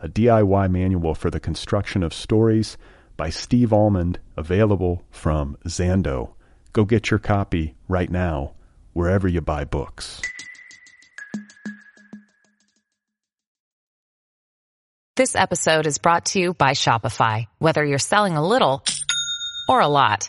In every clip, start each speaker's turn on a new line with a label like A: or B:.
A: a DIY manual for the construction of stories by Steve Almond, available from Zando. Go get your copy right now, wherever you buy books.
B: This episode is brought to you by Shopify. Whether you're selling a little or a lot,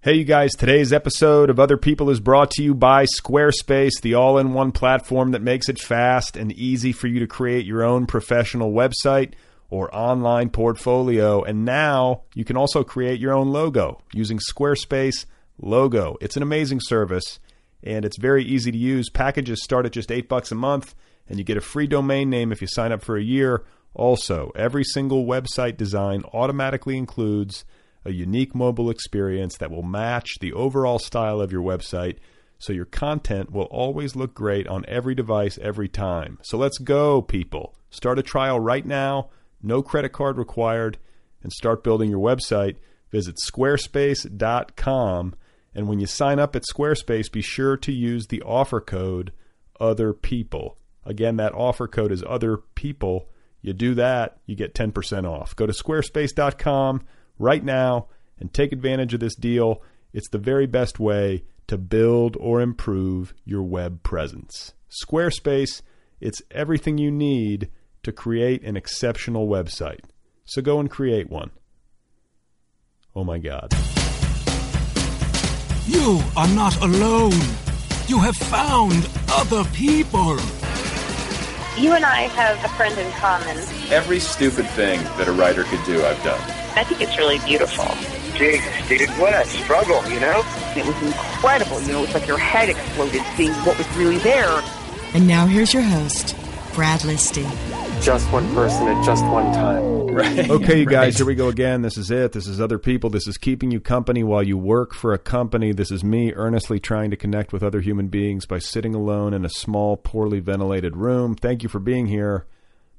C: Hey, you guys, today's episode of Other People is brought to you by Squarespace, the all in one platform that makes it fast and easy for you to create your own professional website or online portfolio. And now you can also create your own logo using Squarespace Logo. It's an amazing service and it's very easy to use. Packages start at just eight bucks a month and you get a free domain name if you sign up for a year. Also, every single website design automatically includes a unique mobile experience that will match the overall style of your website so your content will always look great on every device every time. So let's go, people. Start a trial right now, no credit card required, and start building your website. Visit squarespace.com and when you sign up at Squarespace, be sure to use the offer code other people. Again, that offer code is other people. You do that, you get 10% off. Go to squarespace.com right now and take advantage of this deal. It's the very best way to build or improve your web presence. Squarespace, it's everything you need to create an exceptional website. So go and create one. Oh my God.
D: You are not alone. You have found other people.
E: You and I have a friend in common.
F: Every stupid thing that a writer could do, I've done.
E: I think it's really beautiful.
G: Jesus, dude, what a struggle, you know?
H: It was incredible. You know, it was like your head exploded seeing what was really there.
I: And now here's your host, Brad Listy.
J: just one person at just one time.
F: Right.
C: Okay, you guys, here we go again. This is it. This is other people. This is keeping you company while you work for a company. This is me earnestly trying to connect with other human beings by sitting alone in a small, poorly ventilated room. Thank you for being here.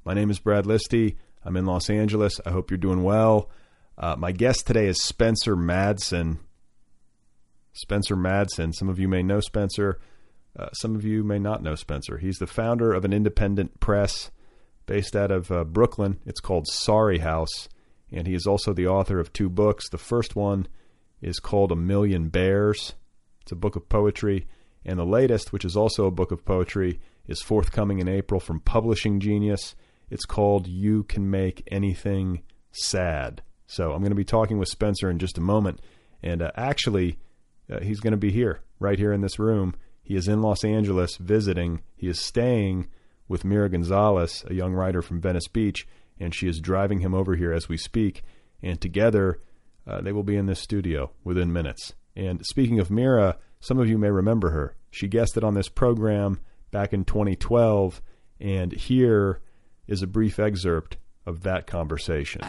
C: My name is Brad Listy. I'm in Los Angeles. I hope you're doing well. Uh, my guest today is Spencer Madsen. Spencer Madsen. Some of you may know Spencer. Uh, some of you may not know Spencer. He's the founder of an independent press based out of uh, Brooklyn. It's called Sorry House, and he is also the author of two books. The first one is called A Million Bears. It's a book of poetry, and the latest, which is also a book of poetry, is forthcoming in April from Publishing Genius. It's called You Can Make Anything Sad. So I'm going to be talking with Spencer in just a moment, and uh, actually, uh, he's going to be here, right here in this room. He is in Los Angeles visiting. He is staying with Mira Gonzalez, a young writer from Venice Beach, and she is driving him over here as we speak. And together, uh, they will be in this studio within minutes. And speaking of Mira, some of you may remember her. She guested on this program back in 2012, and here is a brief excerpt of that conversation.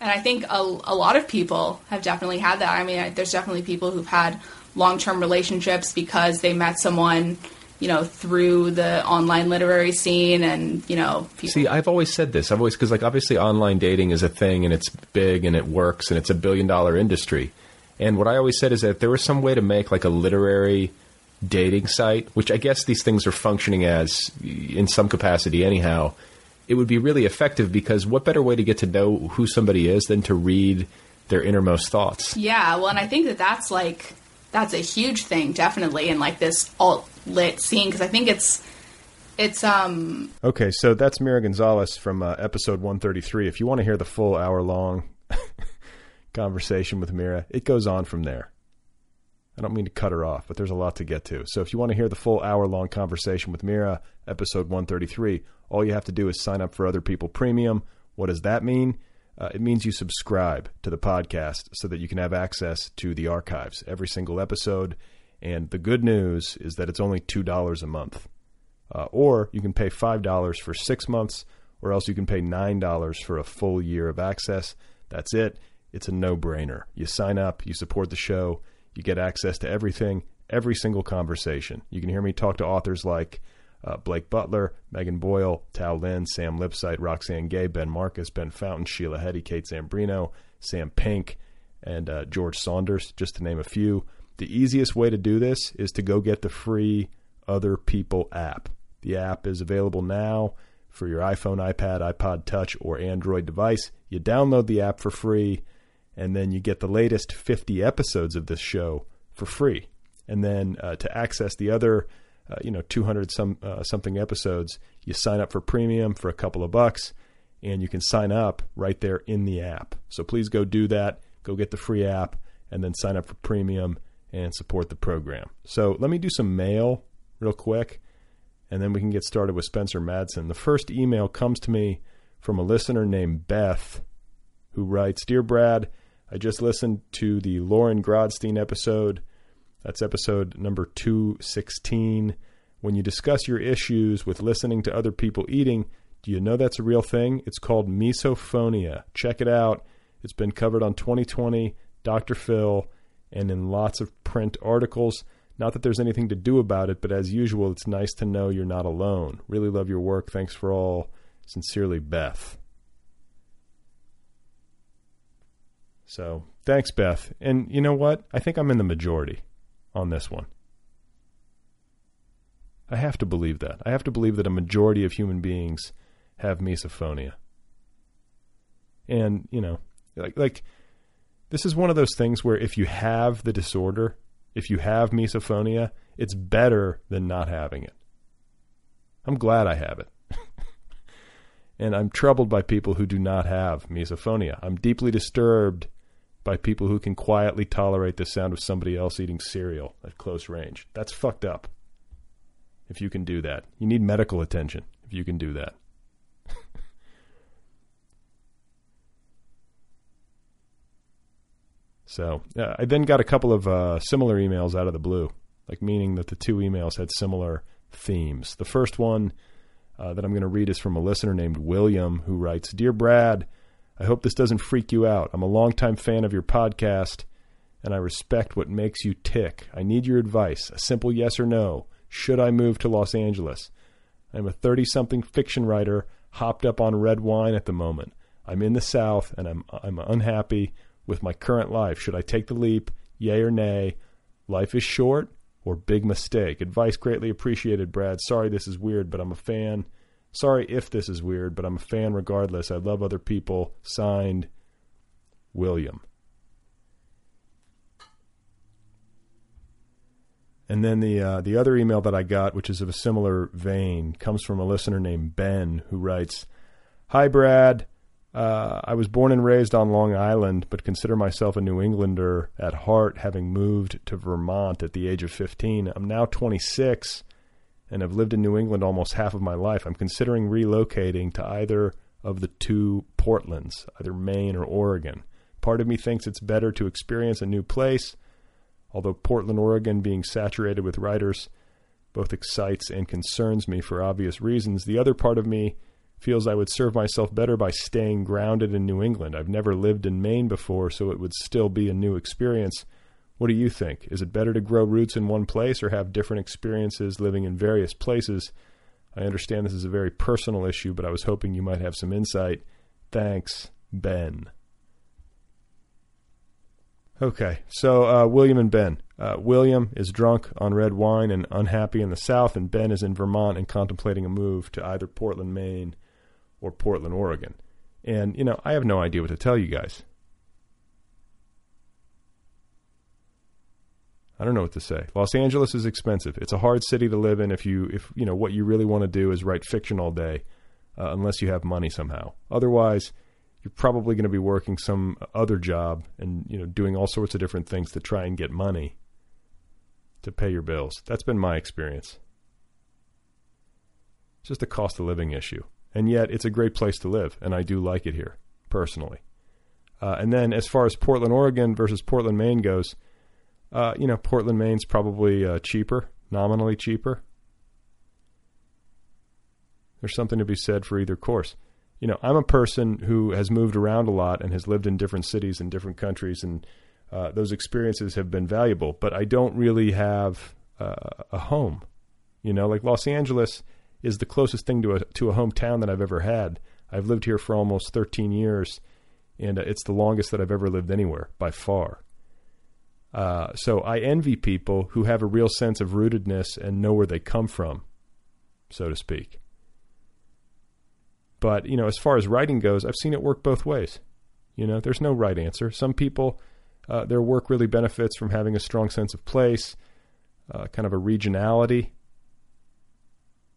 K: And I think a, a lot of people have definitely had that. I mean, I, there's definitely people who've had long term relationships because they met someone, you know, through the online literary scene and, you know, people.
F: See, I've always said this. I've always because like obviously online dating is a thing and it's big and it works and it's a billion dollar industry. And what I always said is that if there was some way to make like a literary
L: dating site, which I guess these things are functioning as in some capacity anyhow, it would be really effective because what better way to get to know who somebody is than to read their innermost thoughts?
K: Yeah, well, and I think that that's like that's a huge thing, definitely, in like this alt lit scene because I think it's it's um
C: Okay, so that's Mira Gonzalez from uh, episode 133. If you want to hear the full hour long conversation with Mira, it goes on from there. I don't mean to cut her off, but there's a lot to get to. So if you want to hear the full hour long conversation with Mira, episode 133, all you have to do is sign up for Other People Premium. What does that mean? Uh, it means you subscribe to the podcast so that you can have access to the archives, every single episode. And the good news is that it's only $2 a month. Uh, or you can pay $5 for six months, or else you can pay $9 for a full year of access. That's it. It's a no brainer. You sign up, you support the show, you get access to everything, every single conversation. You can hear me talk to authors like uh, Blake Butler, Megan Boyle, Tao Lin, Sam Lipsight, Roxanne Gay, Ben Marcus, Ben Fountain, Sheila Hetty, Kate Zambrino, Sam Pink, and uh, George Saunders, just to name a few. The easiest way to do this is to go get the free Other People app. The app is available now for your iPhone, iPad, iPod Touch, or Android device. You download the app for free, and then you get the latest 50 episodes of this show for free. And then uh, to access the other uh, you know 200 some uh, something episodes you sign up for premium for a couple of bucks and you can sign up right there in the app so please go do that go get the free app and then sign up for premium and support the program so let me do some mail real quick and then we can get started with spencer madsen the first email comes to me from a listener named beth who writes dear brad i just listened to the lauren grodstein episode that's episode number 216. When you discuss your issues with listening to other people eating, do you know that's a real thing? It's called misophonia. Check it out. It's been covered on 2020, Dr. Phil, and in lots of print articles. Not that there's anything to do about it, but as usual, it's nice to know you're not alone. Really love your work. Thanks for all. Sincerely, Beth. So, thanks, Beth. And you know what? I think I'm in the majority on this one. I have to believe that. I have to believe that a majority of human beings have misophonia. And, you know, like like this is one of those things where if you have the disorder, if you have misophonia, it's better than not having it. I'm glad I have it. and I'm troubled by people who do not have misophonia. I'm deeply disturbed by people who can quietly tolerate the sound of somebody else eating cereal at close range. That's fucked up. If you can do that, you need medical attention if you can do that. so, uh, I then got a couple of uh, similar emails out of the blue, like meaning that the two emails had similar themes. The first one uh, that I'm going to read is from a listener named William who writes Dear Brad, I hope this doesn't freak you out. I'm a longtime fan of your podcast, and I respect what makes you tick. I need your advice a simple yes or no. Should I move to Los Angeles? I'm a 30 something fiction writer hopped up on red wine at the moment. I'm in the South, and I'm, I'm unhappy with my current life. Should I take the leap? Yay or nay? Life is short or big mistake? Advice greatly appreciated, Brad. Sorry this is weird, but I'm a fan. Sorry if this is weird, but I'm a fan regardless. I love other people. Signed, William. And then the uh, the other email that I got, which is of a similar vein, comes from a listener named Ben who writes, "Hi Brad, uh, I was born and raised on Long Island, but consider myself a New Englander at heart, having moved to Vermont at the age of 15. I'm now 26." and have lived in New England almost half of my life, I'm considering relocating to either of the two Portlands, either Maine or Oregon. Part of me thinks it's better to experience a new place, although Portland, Oregon, being saturated with writers, both excites and concerns me for obvious reasons. The other part of me feels I would serve myself better by staying grounded in New England. I've never lived in Maine before, so it would still be a new experience. What do you think? Is it better to grow roots in one place or have different experiences living in various places? I understand this is a very personal issue, but I was hoping you might have some insight. Thanks, Ben. Okay, so uh, William and Ben. Uh, William is drunk on red wine and unhappy in the South, and Ben is in Vermont and contemplating a move to either Portland, Maine, or Portland, Oregon. And you know, I have no idea what to tell you guys. I don't know what to say. Los Angeles is expensive. It's a hard city to live in if you if you know what you really want to do is write fiction all day, uh, unless you have money somehow. Otherwise, you're probably going to be working some other job and you know doing all sorts of different things to try and get money to pay your bills. That's been my experience. It's just a cost of living issue, and yet it's a great place to live, and I do like it here personally. Uh, and then as far as Portland, Oregon versus Portland, Maine goes. Uh, you know, Portland, Maine's probably uh, cheaper, nominally cheaper. There's something to be said for either course. You know, I'm a person who has moved around a lot and has lived in different cities and different countries, and uh, those experiences have been valuable, but I don't really have uh, a home. You know, like Los Angeles is the closest thing to a, to a hometown that I've ever had. I've lived here for almost 13 years, and uh, it's the longest that I've ever lived anywhere by far. Uh, so I envy people who have a real sense of rootedness and know where they come from, so to speak. But, you know, as far as writing goes, I've seen it work both ways. You know, there's no right answer. Some people, uh, their work really benefits from having a strong sense of place, uh, kind of a regionality.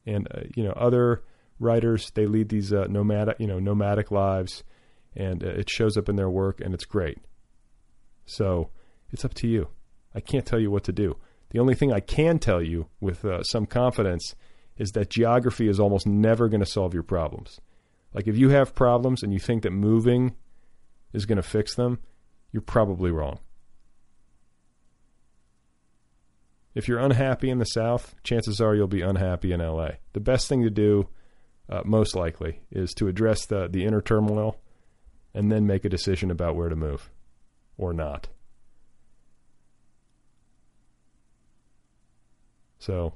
C: And, uh, you know, other writers, they lead these nomadic, you know, nomadic lives, and uh, it shows up in their work, and it's great. So, it's up to you. I can't tell you what to do. The only thing I can tell you with uh, some confidence is that geography is almost never going to solve your problems. Like if you have problems and you think that moving is going to fix them, you're probably wrong. If you're unhappy in the South, chances are you'll be unhappy in LA. The best thing to do, uh, most likely, is to address the, the inner turmoil and then make a decision about where to move or not. So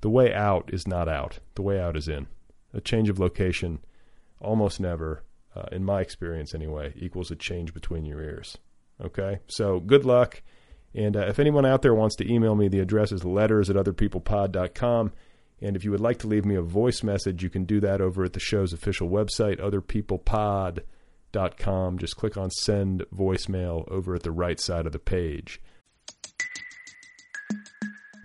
C: the way out is not out. The way out is in. A change of location almost never, uh, in my experience anyway, equals a change between your ears. Okay? So good luck. And uh, if anyone out there wants to email me, the address is letters at otherpeoplepod.com. And if you would like to leave me a voice message, you can do that over at the show's official website, otherpeoplepod.com. Just click on send voicemail over at the right side of the page.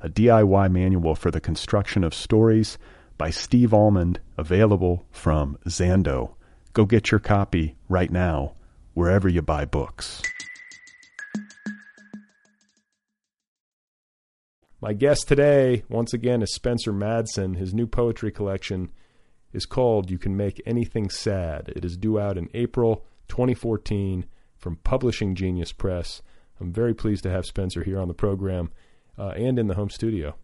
M: a DIY manual for the construction of stories by Steve Almond, available from Zando. Go get your copy right now, wherever you buy books.
C: My guest today, once again, is Spencer Madsen. His new poetry collection is called You Can Make Anything Sad. It is due out in April 2014 from Publishing Genius Press. I'm very pleased to have Spencer here on the program. Uh, and in the home studio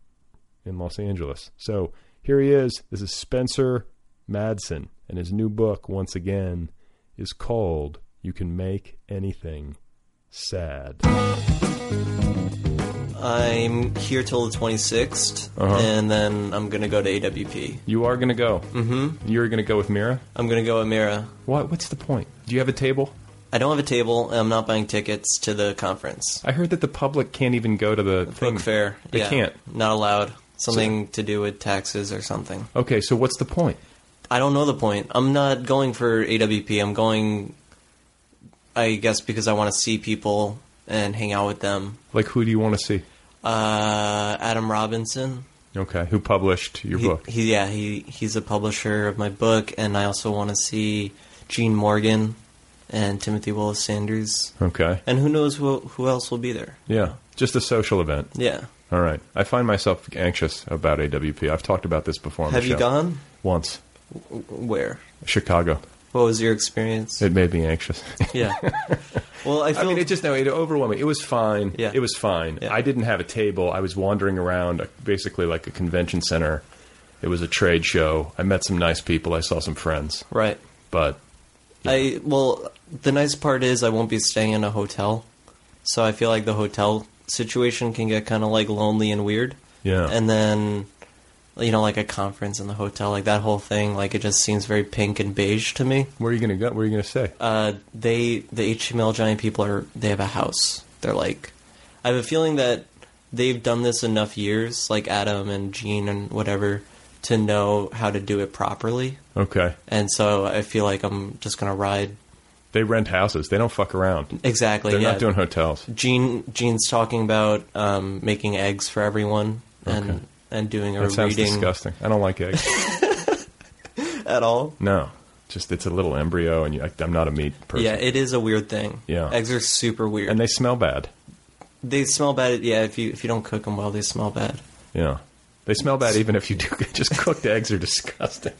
C: in Los Angeles. So here he is. This is Spencer Madsen, and his new book, once again, is called You Can Make Anything Sad.
N: I'm here till the 26th,
C: Uh-huh.
N: and then I'm gonna go to AWP.
O: You are going to go.
N: Mm-hmm.
O: You're going to go with Mira?
N: I'm gonna go Amira.
O: What? What's the point? Do you have a table?
N: I don't have a table. and I'm not buying tickets to the conference.
O: I heard that the public can't even go to the thing.
N: Book fair.
O: Hmm. They
N: yeah,
O: can't.
N: Not allowed. Something to do with taxes or something.
O: Okay, so what's the point?
N: I don't know the point. I'm not going for AWP. I'm going, I guess, because I want to see people and hang out with them.
O: Like, who do you want to see?
N: Uh, Adam Robinson.
C: Okay, who published your
N: He-
C: book?
N: He, yeah, he he's a publisher of my book, and I also want to see Gene Morgan and Timothy Wallace Sanders,
C: Okay.
N: and who knows who who else will be there.
C: Yeah, just a social event.
N: Yeah.
C: All right. I find myself anxious about AWP. I've talked about this before. On
N: Have
C: the
N: you
C: show.
N: gone?
C: once?
N: W- Where?
C: Chicago.
N: What was your experience?
C: It made me anxious.
N: Yeah. well, I,
C: mean, it just no, it overwhelmed me. It was fine. Yeah. It was fine. I didn't have a table. I was wandering around, uh, basically like a convention center. It was a trade show. I met some nice people. I saw some friends.
N: Right.
C: But
N: I well, the nice part is I won't be staying in a hotel, so I feel like the hotel situation can get kind of like lonely and weird.
C: Yeah.
N: And then, you know, like a conference in the hotel, like that whole thing, like it just seems very pink and beige to me.
C: Where are you gonna go? Where are you gonna stay?
N: Uh, they the HTML giant people are they have a house. They're like, I have a feeling that they've done this enough years, like Adam and Gene and whatever, to know how to do it properly.
C: okay,
N: And so I feel like I'm just gonna ride
C: they rent houses. They don't fuck around.
N: Exactly.
C: They're
N: yeah.
C: not doing hotels.
N: Gene Gene's talking about um, making eggs for everyone and
C: Okay.
N: and doing a
C: That sounds
N: reading
C: disgusting. I don't like eggs.
N: at all.
C: no, just it's a little embryo, and you, I, I'm not a meat person.
N: Yeah, it is a weird thing.
C: Yeah.
N: eggs are super weird,
C: and they smell bad.
N: they smell bad. Yeah, if you if you don't cook them well, they smell bad.
C: Yeah, they smell bad even if you do. Just cooked eggs are disgusting.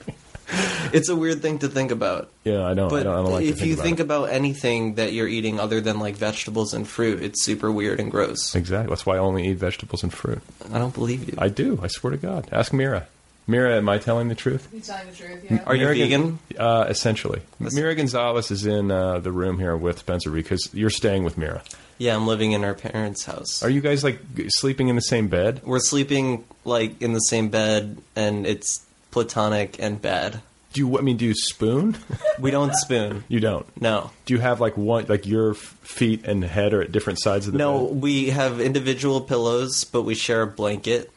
N: It's a weird thing to think about.
C: Yeah, Oh, I don't.
N: but
C: I don't, I don't like
N: if
C: to think
N: you
C: about
N: think
C: it.
N: about anything that you're eating other than like vegetables and fruit, it's super weird and gross.
C: Exactly. That's why I only eat vegetables and fruit.
N: I don't believe you.
C: I do. I swear to God. Ask Mira. Mira, am I telling the truth?
K: You're telling the truth,
N: Are you vegan?
C: Uh, essentially. Mira Gonzalez is in uh, the room here with Spencer because you're staying with Mira.
N: Yeah, I'm living in our parents' house.
C: Are you guys like g- sleeping in the same bed?
N: We're sleeping like in the same bed, and it's platonic and bad.
C: Do you? I mean, do you spoon?
N: We don't spoon.
C: You don't.
N: No.
C: Do you have like one? Like your f- feet and head are at different sides of the
N: No,
C: bed?
N: we have individual pillows, but we share a blanket,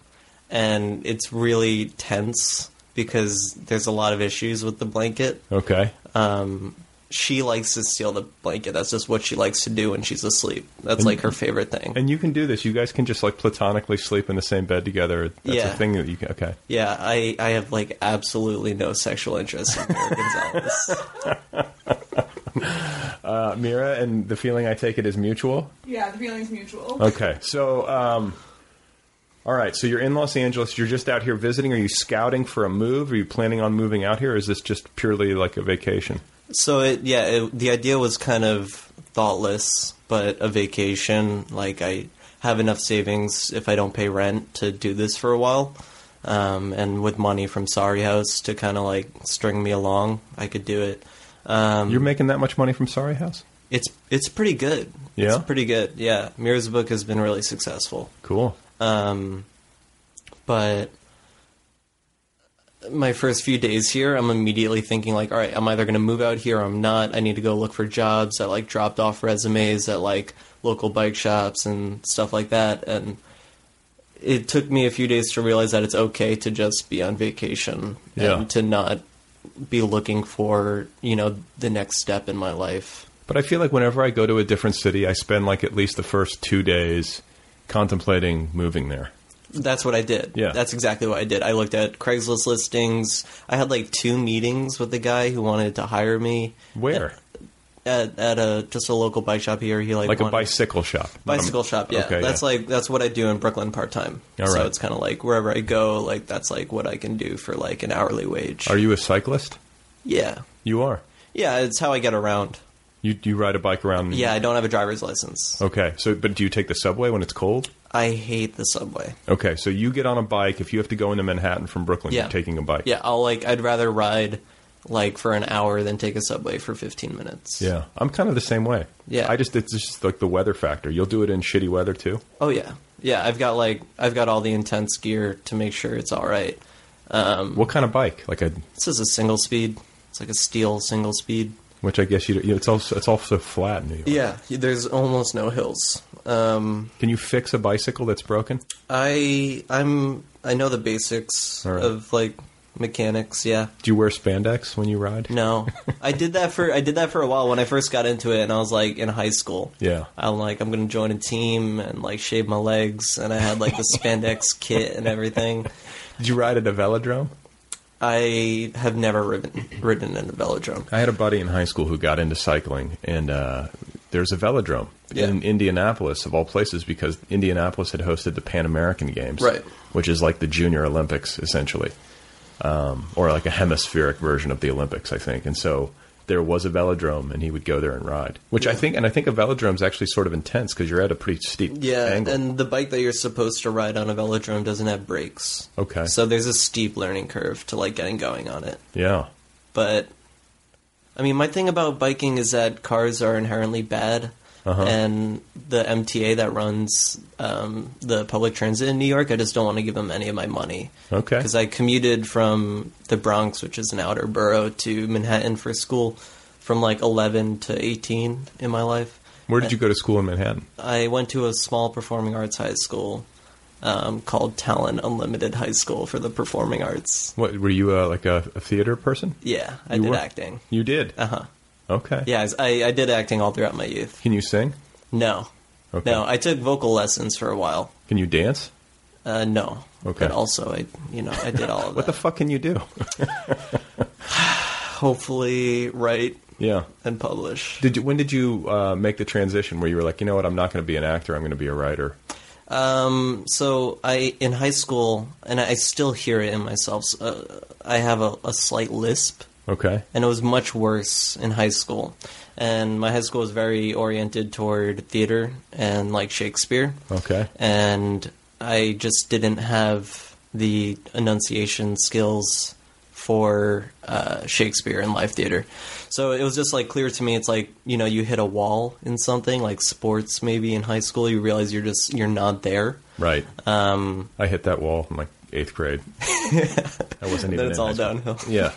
N: and it's really tense because there's a lot of issues with the blanket.
C: Okay.
N: Um, she likes to steal the blanket. That's just what she likes to do when she's asleep. That's
C: And-
N: like her favorite thing.
C: And you can do this. You guys can just like platonically sleep in the same bed together. That's
N: Yeah.
C: a thing that you can. Okay.
N: Yeah, I, I have like absolutely no sexual interest in Mary Gonzalez.
C: Uh, Mira, and the feeling I take it is mutual.
K: Yeah, the feeling's mutual.
C: Okay, so um, all right, so you're in Los Angeles. You're just out here visiting. Are you scouting for a move? Are you planning on moving out here? Or is this just purely like a vacation?
N: So it, yeah, it, the idea was kind of thoughtless, but a vacation. Like I have enough savings if I don't pay rent to do this for a while, um, and with money from Sorry House to kind of like string me along, I could do it. Um,
C: You're making that much money from Sorry House?
N: it's it's pretty good.
C: Yeah?
N: it's pretty good. Yeah, Mira's book has been really successful.
C: Cool.
N: Um, but my first few days here, I'm immediately thinking like, all right, I'm either going to move out here or I'm not. I need to go look for jobs. I like dropped off resumes at like local bike shops and stuff like that. And it took me a few days to realize that it's okay to just be on vacation
C: Yeah.
N: and to not be looking for, you know, the next step in my life.
C: But I feel like whenever I go to a different city, I spend like at least the first two days contemplating moving there.
N: That's what I did.
C: Yeah.
N: That's exactly what I did. I looked at Craigslist listings. I had like two meetings with the guy who wanted to hire me.
C: Where?
N: At, at a just a local bike shop here. He like
C: Like, a
N: wanted-
C: bicycle shop. Um, Not a-
N: bicycle shop. Yeah,
C: Okay,
N: that's
C: yeah.
N: like that's what I do in Brooklyn part time.
C: All
N: So
C: right.
N: it's kind of like wherever I go, like that's like what I can do for like an hourly wage.
C: Are you a cyclist?
N: yeah,
C: You are.
N: yeah. It's how I get around.
C: You you ride a bike around?
N: Yeah, I don't have a driver's license.
C: Okay. So, but do you take the subway when it's cold?
N: I hate the subway.
C: Okay, so you get on a bike. If you have to go into Manhattan from Brooklyn,
N: Yeah.
C: you're taking a bike.
N: Yeah, I'll like I'd rather ride like for an hour than take a subway for 15 minutes.
C: Yeah, I'm kind of the same way.
N: Yeah.
C: I just it's just like the weather factor. You'll do it in shitty weather too.
N: Oh yeah, yeah. I've got like I've got all the intense gear to make sure it's all right. Um,
C: What kind of bike? Like a
N: this is a single speed. It's like a steel single speed.
C: which I guess you, you it's also it's also flat in New York.
N: Yeah, there's almost no hills. Um,
C: Can you fix a bicycle that's broken?
N: I I'm I know the basics
C: All right.
N: of like mechanics. Yeah.
C: Do you wear spandex when you ride?
N: No, I did that for I did that for a while when I first got into it, and I was like in high school.
C: Yeah.
N: I'm like I'm gonna join a team and like shave my legs, and I had like the spandex kit and everything.
C: Did you ride at a velodrome?
N: I have never ridden ridden in a velodrome.
C: I had a buddy in high school who got into cycling, and uh, there's a velodrome
N: Yeah.
C: in Indianapolis, of all places, because Indianapolis had hosted the Pan American Games,
N: Right.
C: Which is like the Junior Olympics, essentially, um, or like a hemispheric version of the Olympics, I think. And so there was a velodrome, and he would go there and ride, which I think, and I think a velodrome is actually sort of intense because you're at a pretty steep
N: Yeah,
C: angle.
N: and the bike that you're supposed to ride on a velodrome doesn't have brakes.
C: Okay.
N: So there's a steep learning curve to like getting going on it.
C: yeah,
N: But I mean, my thing about biking is that cars are inherently bad.
C: Uh-huh.
N: And the MTA that runs um, the public transit in New York, I just don't want to give them any of my money.
C: Okay.
N: Because I commuted from the Bronx, which is an outer borough, to Manhattan for school from like 11 to 18 in my life.
C: Where did
N: And-
C: you go to school in Manhattan?
N: I went to a small performing arts high school um, called Talent Unlimited High School for the Performing Arts.
C: What were you uh, like a, a theater person?
N: Yeah, I
C: You
N: did
C: were?
N: acting.
C: You did. Uh
N: huh.
C: Okay.
N: Yeah, I was- I, I did acting all throughout my youth.
C: Can you sing?
N: No,
C: Okay.
N: no, I took vocal lessons for a while.
C: Can you dance?
N: Uh, no.
C: Okay.
N: But also, I you know I did all of that.
C: What the fuck can you do?
N: Hopefully, write
C: Yeah.
N: and publish.
C: Did you? When did you uh, make the transition where you were like, you know what, I'm not going to be an actor. I'm going to be a writer.
N: Um, so I in high school, and I still hear it in myself. so, Uh, I have a, a slight lisp.
C: Okay.
N: and it was much worse in high school. And my high school was very oriented toward theater and like Shakespeare.
C: Okay.
N: And I just didn't have the enunciation skills for uh, Shakespeare and live theater. So it was just like clear to me. It's like you know you hit a wall in something like sports maybe in high school. You realize you're just you're not there.
C: Right.
N: Um,
C: I hit that wall in like eighth grade. I wasn't even.
N: Then it's
C: in
N: all
C: high school.
N: downhill.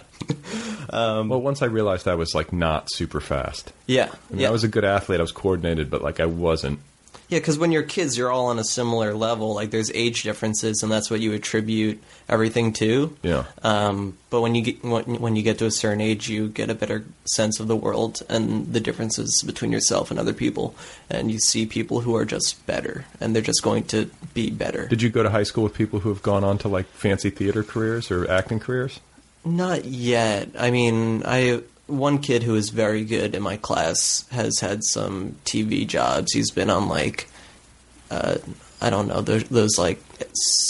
N: Um,
C: Yeah. well, once I realized I was like not super fast.
N: Yeah.
C: I mean,
N: yeah.
C: I was a good athlete. I was coordinated, but like I wasn't.
N: Yeah, because when you're kids, you're all on a similar level. Like there's age differences, and that's what you attribute everything to.
C: Yeah.
N: Um, but when you get when, when you get to a certain age, you get a better sense of the world and the differences between yourself and other people, and you see people who are just better, and they're just going to be better.
C: Did you go to high school with people who have gone on to like fancy theater careers or acting careers?
N: Not yet. I mean, I one kid who is very good in my class has had some TV jobs. He's been on like, uh, I don't know those, those like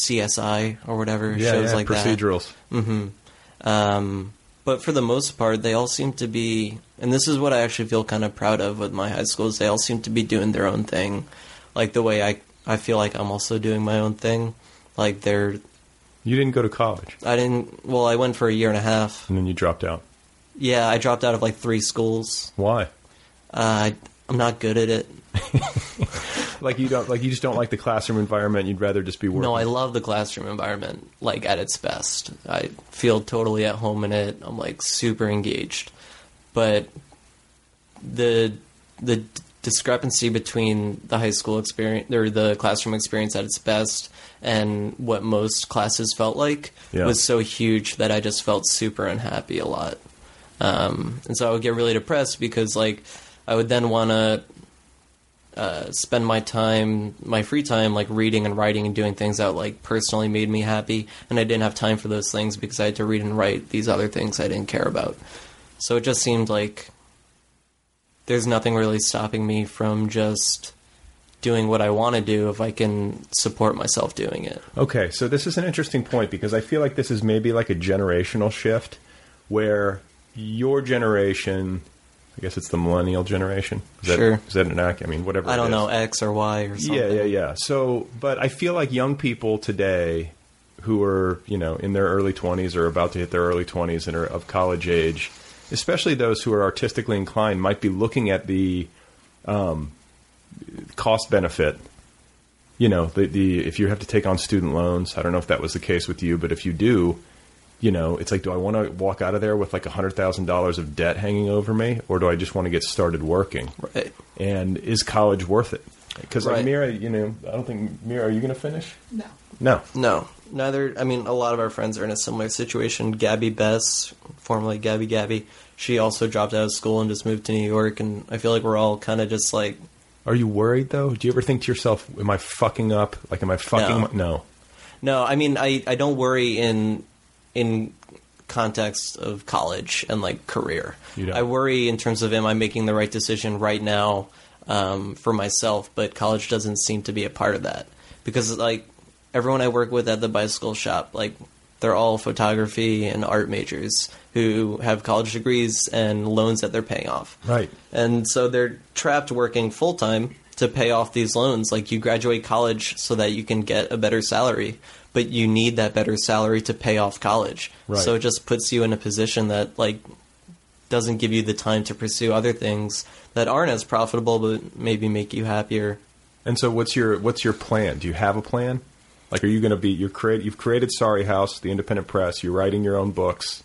N: CSI or whatever
C: Yeah,
N: shows
C: yeah,
N: like
C: procedurals.
N: hmm Um, but for the most part, they all seem to be, and this is what I actually feel kind of proud of with my high schools. They all seem to be doing their own thing, like the way I I feel like I'm also doing my own thing. Like they're,
C: You didn't go to college,
N: I didn't. Well, I went for a year and a half.
C: and then you dropped out.
N: Yeah, I dropped out of like three schools.
C: Why?
N: Uh, I- I'm not good at it.
C: Like you don't like you just don't like the classroom environment. You'd rather just be working.
N: No, I love the classroom environment, like at its best. I feel totally at home in it. I'm like super engaged, but the the d- discrepancy between the high school experience or the classroom experience at its best and what most classes felt like
C: Yeah.
N: was so huge that I just felt super unhappy a lot. Um, and so I would get really depressed because like I would then want to uh, spend my time, my free time, like reading and writing and doing things that like personally made me happy, and I didn't have time for those things because I had to read and write these other things I didn't care about. So it just seemed like there's nothing really stopping me from just doing what I want to do if I can support myself doing it.
C: Okay, so this is an interesting point because I feel like this is maybe like a generational shift where your generation, I guess it's the millennial generation. Is that,
N: Sure.
C: Is that an ac- I mean, whatever.
N: I
C: it
N: don't
C: is.
N: know X or Y or something.
C: Yeah, yeah, yeah. So, but I feel like young people today who are, you know, in their early 20s or about to hit their early 20s and are of college age, especially those who are artistically inclined, might be looking at the um, cost benefit. You know, the, the if you have to take on student loans, I don't know if that was the case with you, but if you do, you know, it's like, do I want to walk out of there with like hundred thousand dollars of debt hanging over me, or do I just want to get started working?
N: Right.
C: And is college worth it? Because like
N: Right.
C: Mira, you know, I don't think Mira, are you going to finish?
K: No.
C: No.
N: No. Neither. I mean, a lot of our friends are in a similar situation. Gabby Bess, formerly Gabby Gabby, she also dropped out of school and just moved to New York. And I feel like we're all kind of just like.
C: Are you worried though? Do you ever think to yourself, "Am I fucking up? Like, am I fucking
N: No.
C: up? no.
N: No, I mean, I, I don't worry in in context of college and like career.
C: You don't.
N: I worry in terms of am I making the right decision right now um, for myself? But college doesn't seem to be a part of that because like everyone I work with at the bicycle shop, like they're all photography and art majors who have college degrees and loans that they're paying off.
C: Right.
N: And so they're trapped working full time to pay off these loans. Like you graduate college so that you can get a better salary, but you need that better salary to pay off college.
C: Right.
N: So it just puts you in a position that like doesn't give you the time to pursue other things that aren't as profitable but maybe make you happier.
C: And so, what's your what's your plan? Do you have a plan? Like, are you going to be you're create you've created Sorry House, the independent press. You're writing your own books.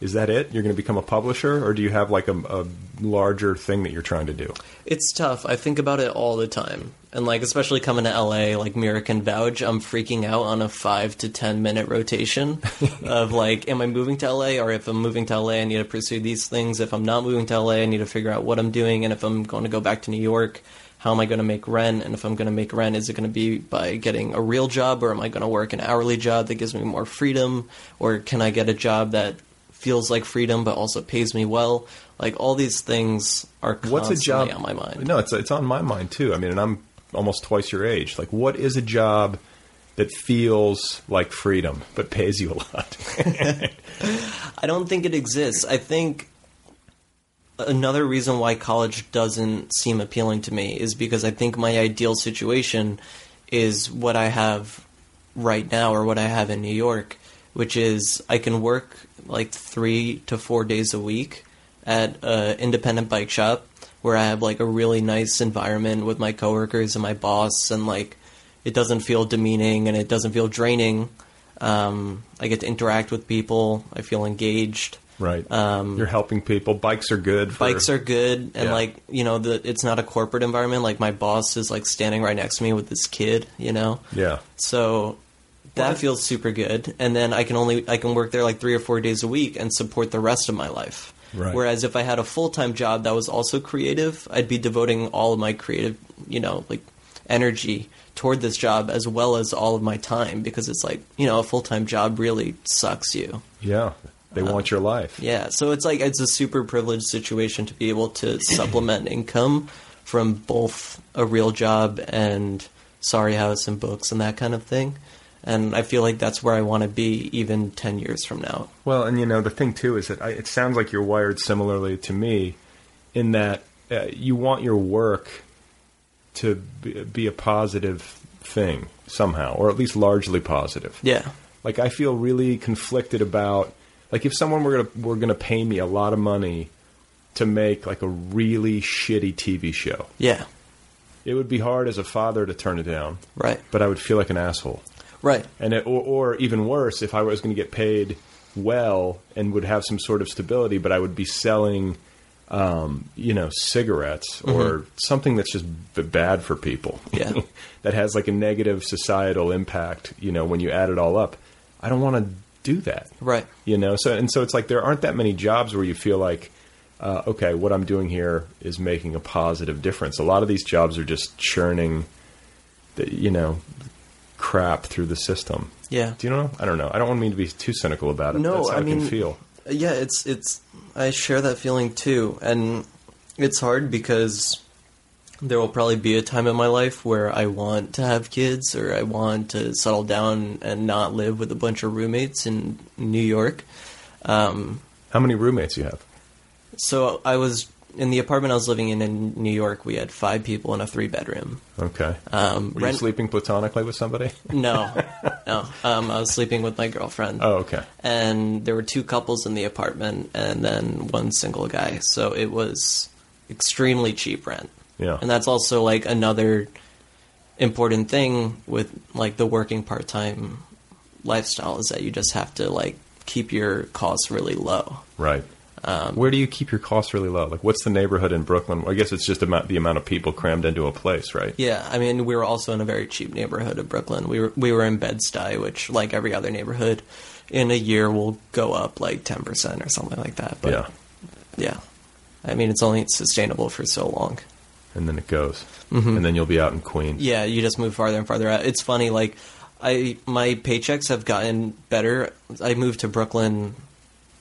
C: Is that it? You're going to become a publisher, or do you have like a, a larger thing that you're trying to do?
N: It's tough. I think about it all the time. And like especially coming to LA, like Mira can vouch, I'm freaking out on a five to ten minute rotation of like, am I moving to LA or if I'm moving to LA I need to pursue these things. If I'm not moving to LA I need to figure out what I'm doing and if I'm going to go back to New York, how am I gonna make rent? And if I'm gonna make rent, is it gonna be by getting a real job or am I gonna work an hourly job that gives me more freedom? Or can I get a job that feels like freedom but also pays me well? Like all these things are constantly
C: What's a job
N: on my mind.
C: No, it's it's on my mind too. I mean, and I'm almost twice your age. Like, what is a job that feels like freedom but pays you a lot?
N: I don't think it exists. I think another reason why college doesn't seem appealing to me is because I think my ideal situation is what I have right now or what I have in New York, which is I can work like 3 to 4 days a week at an independent bike shop where I have like a really nice environment with my coworkers and my boss and like it doesn't feel demeaning and it doesn't feel draining. Um, I get to interact with people. I feel engaged.
C: Right.
N: Um,
C: You're helping people. Bikes are good. For,
N: Bikes are good, and
C: Yeah.
N: like you know, the it's not a corporate environment. Like my boss is like standing right next to me with this kid, you know.
C: Yeah.
N: So that feels super good, and then I can only I can work there like three or four days a week and support the rest of my life.
C: Right.
N: Whereas if I had a full time job that was also creative, I'd be devoting all of my creative, you know, like energy toward this job as well as all of my time because it's like you know a full time job really sucks you.
C: Yeah. They want your life.
N: Uh, Yeah, so it's like it's a super privileged situation to be able to supplement income from both a real job and sorry house and books and that kind of thing. And I feel like that's where I want to be even 10 years from now.
C: Well, and you know the thing too is that I, it sounds like you're wired similarly to me, in that uh, you want your work to be, be a positive thing somehow, or at least largely positive.
N: Yeah.
C: Like I feel really conflicted about like if someone were gonna were gonna pay me a lot of money to make like a really shitty TV show,
N: Yeah.
C: it would be hard as a father to turn it down.
N: Right.
C: But I would feel like an asshole.
N: Right.
C: And it, or, or even worse, if I was going to get paid well and would have some sort of stability, but I would be selling, um, you know, cigarettes or
N: Mhm.
C: something that's just b- bad for people.
N: Yeah.
C: that has like a negative societal impact. You know, when you add it all up, I don't want to do that.
N: Right.
C: You know, so and so it's like there aren't that many jobs where you feel like. Uh, okay, what I'm doing here is making a positive difference. A lot of these jobs are just churning, the, you know, crap through the system.
N: Yeah.
C: Do you know? I don't know. I don't want me to be too cynical about it. but
N: No,
C: that's how
N: I
C: it
N: mean,
C: can feel.
N: Yeah, it's it's I share that feeling too, and it's hard because there will probably be a time in my life where I want to have kids or I want to settle down and not live with a bunch of roommates in New York. Um,
C: How many roommates you have?
N: So I was in the apartment I was living in in New York. We had five people in a three bedroom.
C: Okay.
N: Um,
C: Were
N: rent-
C: you sleeping platonically with somebody?
N: No, no. Um, I was sleeping with my girlfriend.
C: Oh, okay.
N: And there were two couples in the apartment, and then one single guy. So it was extremely cheap rent.
C: Yeah.
N: And that's also like another important thing with like the working part time lifestyle is that you just have to like keep your costs really low.
C: Right.
N: Um,
C: Where do you keep your costs really low? Like, what's the neighborhood in Brooklyn? I guess it's just about the amount of people crammed into a place, right?
N: yeah, I mean, we were also in a very cheap neighborhood of Brooklyn. We were we were in Bed Stuy, which, like every other neighborhood, in a year will go up like ten percent or something like that. But
C: Yeah.
N: yeah, I mean, it's only sustainable for so long.
C: And then it goes,
N: Mhm.
C: and then you'll be out in Queens.
N: Yeah, you just move farther and farther out. It's funny, like I my paychecks have gotten better. I moved to Brooklyn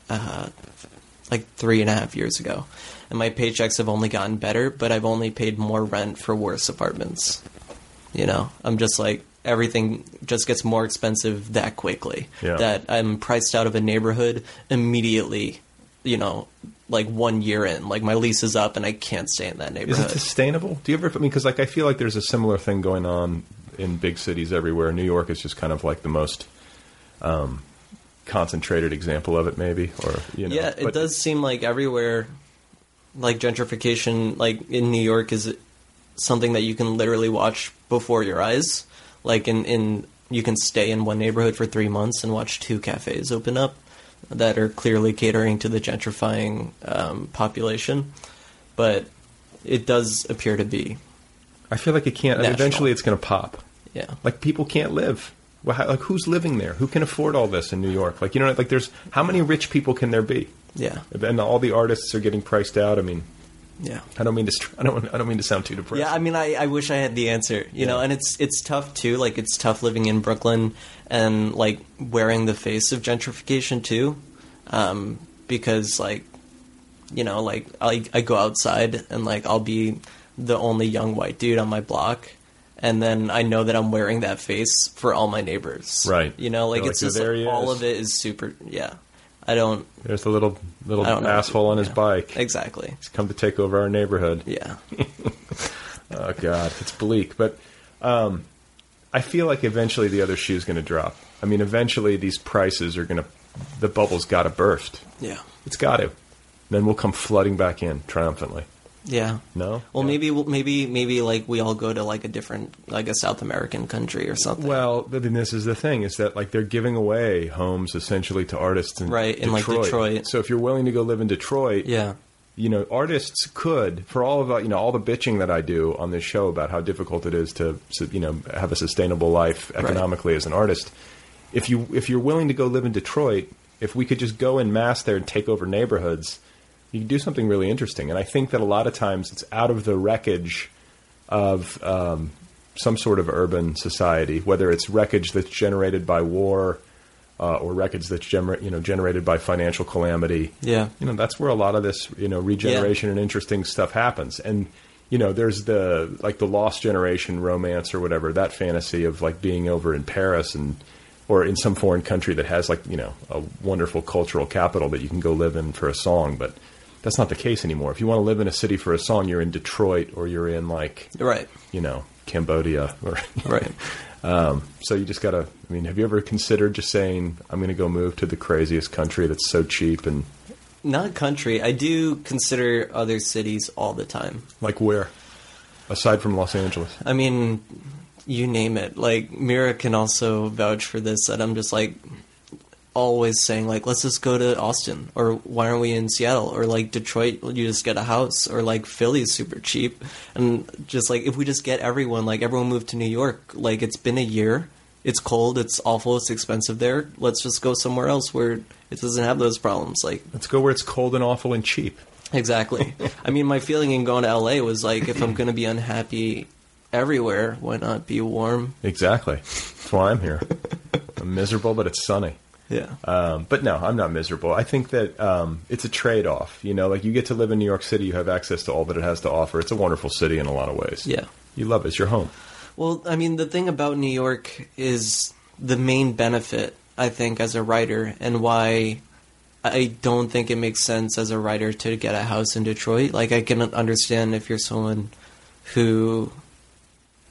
N: uh, like three and a half years ago, and my paychecks have only gotten better, but I've only paid more rent for worse apartments. You know, I'm just like everything just gets more expensive that quickly.
C: Yeah.
N: That I'm priced out of a neighborhood immediately. You know, like one year in, like my lease is up and I can't stay in that
C: Is
N: neighborhood.
C: it sustainable? Do you ever? I mean, because like I feel like there's a similar thing going on in big cities everywhere. New York is just kind of like the most um, concentrated example of it, maybe. Or you know,
N: yeah, it
C: but-
N: does seem like everywhere, like gentrification, like in New York, is something that you can literally watch before your eyes. Like in in you can stay in one neighborhood for three months and watch two cafes open up that are clearly catering to the gentrifying um, population, but it does appear to be.
C: I feel like it can't.
N: National.
C: Eventually, it's going to pop.
N: Yeah.
C: Like people can't live. Well, how, like who's living there? Who can afford all this in New York? Like you know, like there's how many rich people can there be?
N: Yeah.
C: And all the artists are getting priced out. I mean,
N: Yeah.
C: I don't mean to. str- I don't. I don't mean to sound too depressed.
N: Yeah, I mean, I, I wish I had the answer, you know. And it's it's tough too. Like it's tough living in Brooklyn and like wearing the face of gentrification too, um, because like, you know, like I I go outside and like I'll be the only young white dude on my block, and then I know that I'm wearing that face for all my neighbors.
C: Right.
N: You know, like
C: They're
N: it's
C: like,
N: just
C: "There
N: like,
C: he
N: all
C: is."
N: of it is super. Yeah, I don't.
C: There's the little little
N: I don't know.
C: asshole on his bike.
N: Exactly.
C: He's come to take over our neighborhood.
N: Yeah.
C: oh God, it's bleak. But um, I feel like eventually the other shoe's going to drop. I mean, eventually these prices are going to. The bubble's got to burst.
N: Yeah.
C: It's got to. Then we'll come flooding back in triumphantly.
N: Yeah.
C: No.
N: Well, maybe we'll- maybe maybe like we all go to like a different like a South American country or something.
C: Well, th- then this is the thing: is that like they're giving away homes essentially to artists in
N: Right, in, like,
C: Detroit.
N: Detroit.
C: So if you're willing to go live in Detroit,
N: Yeah.
C: you know, artists could for all of uh, you know all the bitching that I do on this show about how difficult it is to su- you know have a sustainable life
N: Right.
C: economically as an artist. If you if you're willing to go live in Detroit, if we could just go in mass there and take over neighborhoods, you can do something really interesting. And I think that a lot of times it's out of the wreckage of um, some sort of urban society, whether it's wreckage that's generated by war uh, or wreckage that's gener- you know generated by financial calamity.
N: Yeah.
C: you know that's where a lot of this you know regeneration and interesting stuff happens. And you know there's the like the lost generation romance or whatever that fantasy of like being over in Paris and or in some foreign country that has like you know a wonderful cultural capital that you can go live in for a song, but. That's not the case anymore. If you want to live in a city for a song, you're in Detroit or you're in like
N: Right.
C: you know Cambodia or
N: Right.
C: um, so you just gotta. I mean, have you ever considered just saying, "I'm gonna go move to the craziest country that's so cheap and
N: Not country. I do consider other cities all the time.
C: like where?" Aside from Los Angeles,
N: I mean, you name it. Like Mira can also vouch for this that I'm just like always saying like let's just go to Austin or why aren't we in Seattle or like Detroit you just get a house or like Philly's super cheap and just like if we just get everyone like everyone moved to New York like it's been a year it's cold it's awful it's expensive there let's just go somewhere else where it doesn't have those problems like
C: let's go where it's cold and awful and cheap.
N: Exactly. I mean, my feeling in going to LA was like, if I'm going to be unhappy everywhere, why not be warm?
C: Exactly. That's why I'm here. I'm miserable, but it's sunny.
N: Yeah.
C: Um, but no, I'm not miserable. I think that um, it's a trade off. You know, like you get to live in New York City, you have access to all that it has to offer. It's a wonderful city in a lot of ways.
N: Yeah.
C: You love it. It's your home.
N: Well, I mean, the thing about New York is the main benefit, I think, as a writer, and why I don't think it makes sense as a writer to get a house in Detroit. Like, I can understand if you're someone who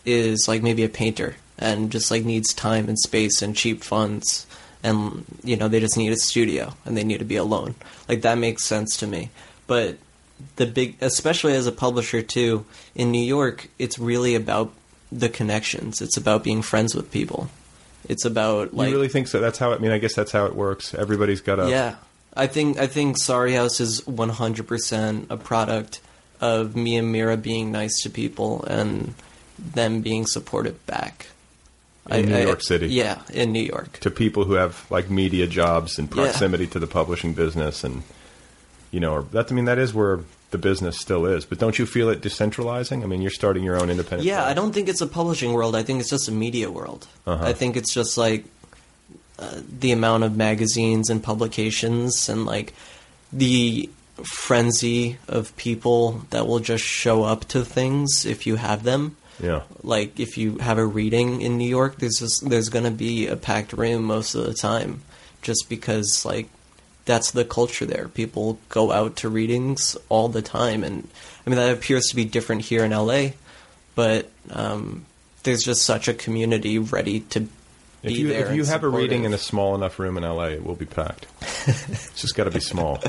N: is, like, maybe a painter and just, like, needs time and space and cheap funds, and, you know, they just need a studio and they need to be alone. Like, that makes sense to me. But the big, especially as a publisher too, in New York, it's really about the connections. It's about being friends with people. It's about like
C: you really think so? That's how. I mean, I guess that's how it works. Everybody's got a
N: yeah, I think I think Sorry House is 100% a product of me and Mira being nice to people and them being supportive back.
C: In New York City.
N: Yeah, in New York.
C: to people who have like media jobs and proximity to the publishing business and you know that I mean that is where the business still is but don't you feel it decentralizing I mean you're starting your own independent
N: Yeah, I don't think it's a publishing world. I think it's just a media world.
C: Uh-huh.
N: I think it's just like uh, the amount of magazines and publications and like the frenzy of people that will just show up to things if you have them.
C: Yeah.
N: Like if you have a reading in New York, there's just, there's going to be a packed room most of the time just because like that's the culture there. People go out to readings all the time and I mean that appears to be different here in LA, but um, there's just such a community ready to be
C: if you,
N: there.
C: if you
N: and
C: have a reading
N: supportive.
C: in a small enough room in LA, it will be packed. it's just got to be small,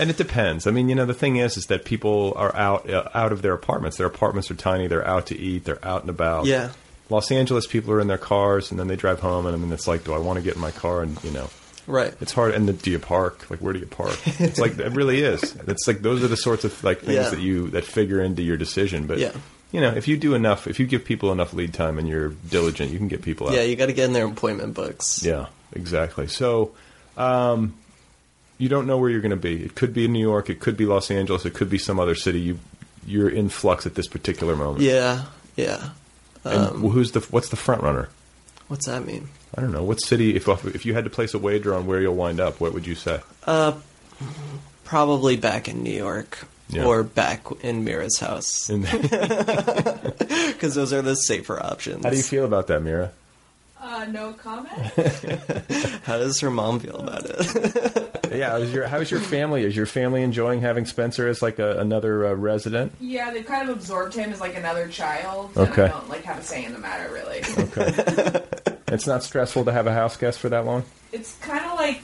C: and it depends. I mean, you know, the thing is, is that people are out uh, out of their apartments. Their apartments are tiny. They're out to eat. They're out and about.
N: Yeah.
C: Los Angeles people are in their cars, and then they drive home, and I mean, it's like, do I want to get in my car? And you know,
N: Right.
C: It's hard. And then do you park? Like, where do you park? It's like it really is. It's like those are the sorts of like things
N: Yeah.
C: that you that figure into your decision. But
N: Yeah.
C: you know, if you do enough, if you give people enough lead time and you're diligent, you can get people out.
N: yeah, you got to get in their appointment books.
C: Yeah, exactly. So, um, you don't know where you're going to be. It could be New York. It could be Los Angeles. It could be some other city. You you're in flux at this particular moment.
N: Yeah, yeah.
C: And
N: Um,
C: who's the what's the front runner?
N: What's that mean?
C: I don't know. What city? If if you had to place a wager on where you'll wind up, what would you say?
N: Uh, probably back in New York
C: Yeah.
N: or back in Mira's house because those are the safer options.
C: How do you feel about that, Mira?
K: Uh, no comment.
N: How does her mom feel about it?
C: yeah. Is your, how's your family? Is your family enjoying having Spencer as like a, another uh, resident?
K: Yeah, they've kind of absorbed him as like another child. And
C: Okay.
K: I don't like have a say in the matter really.
C: It's not stressful to have a house guest for that long.
K: it's kind of like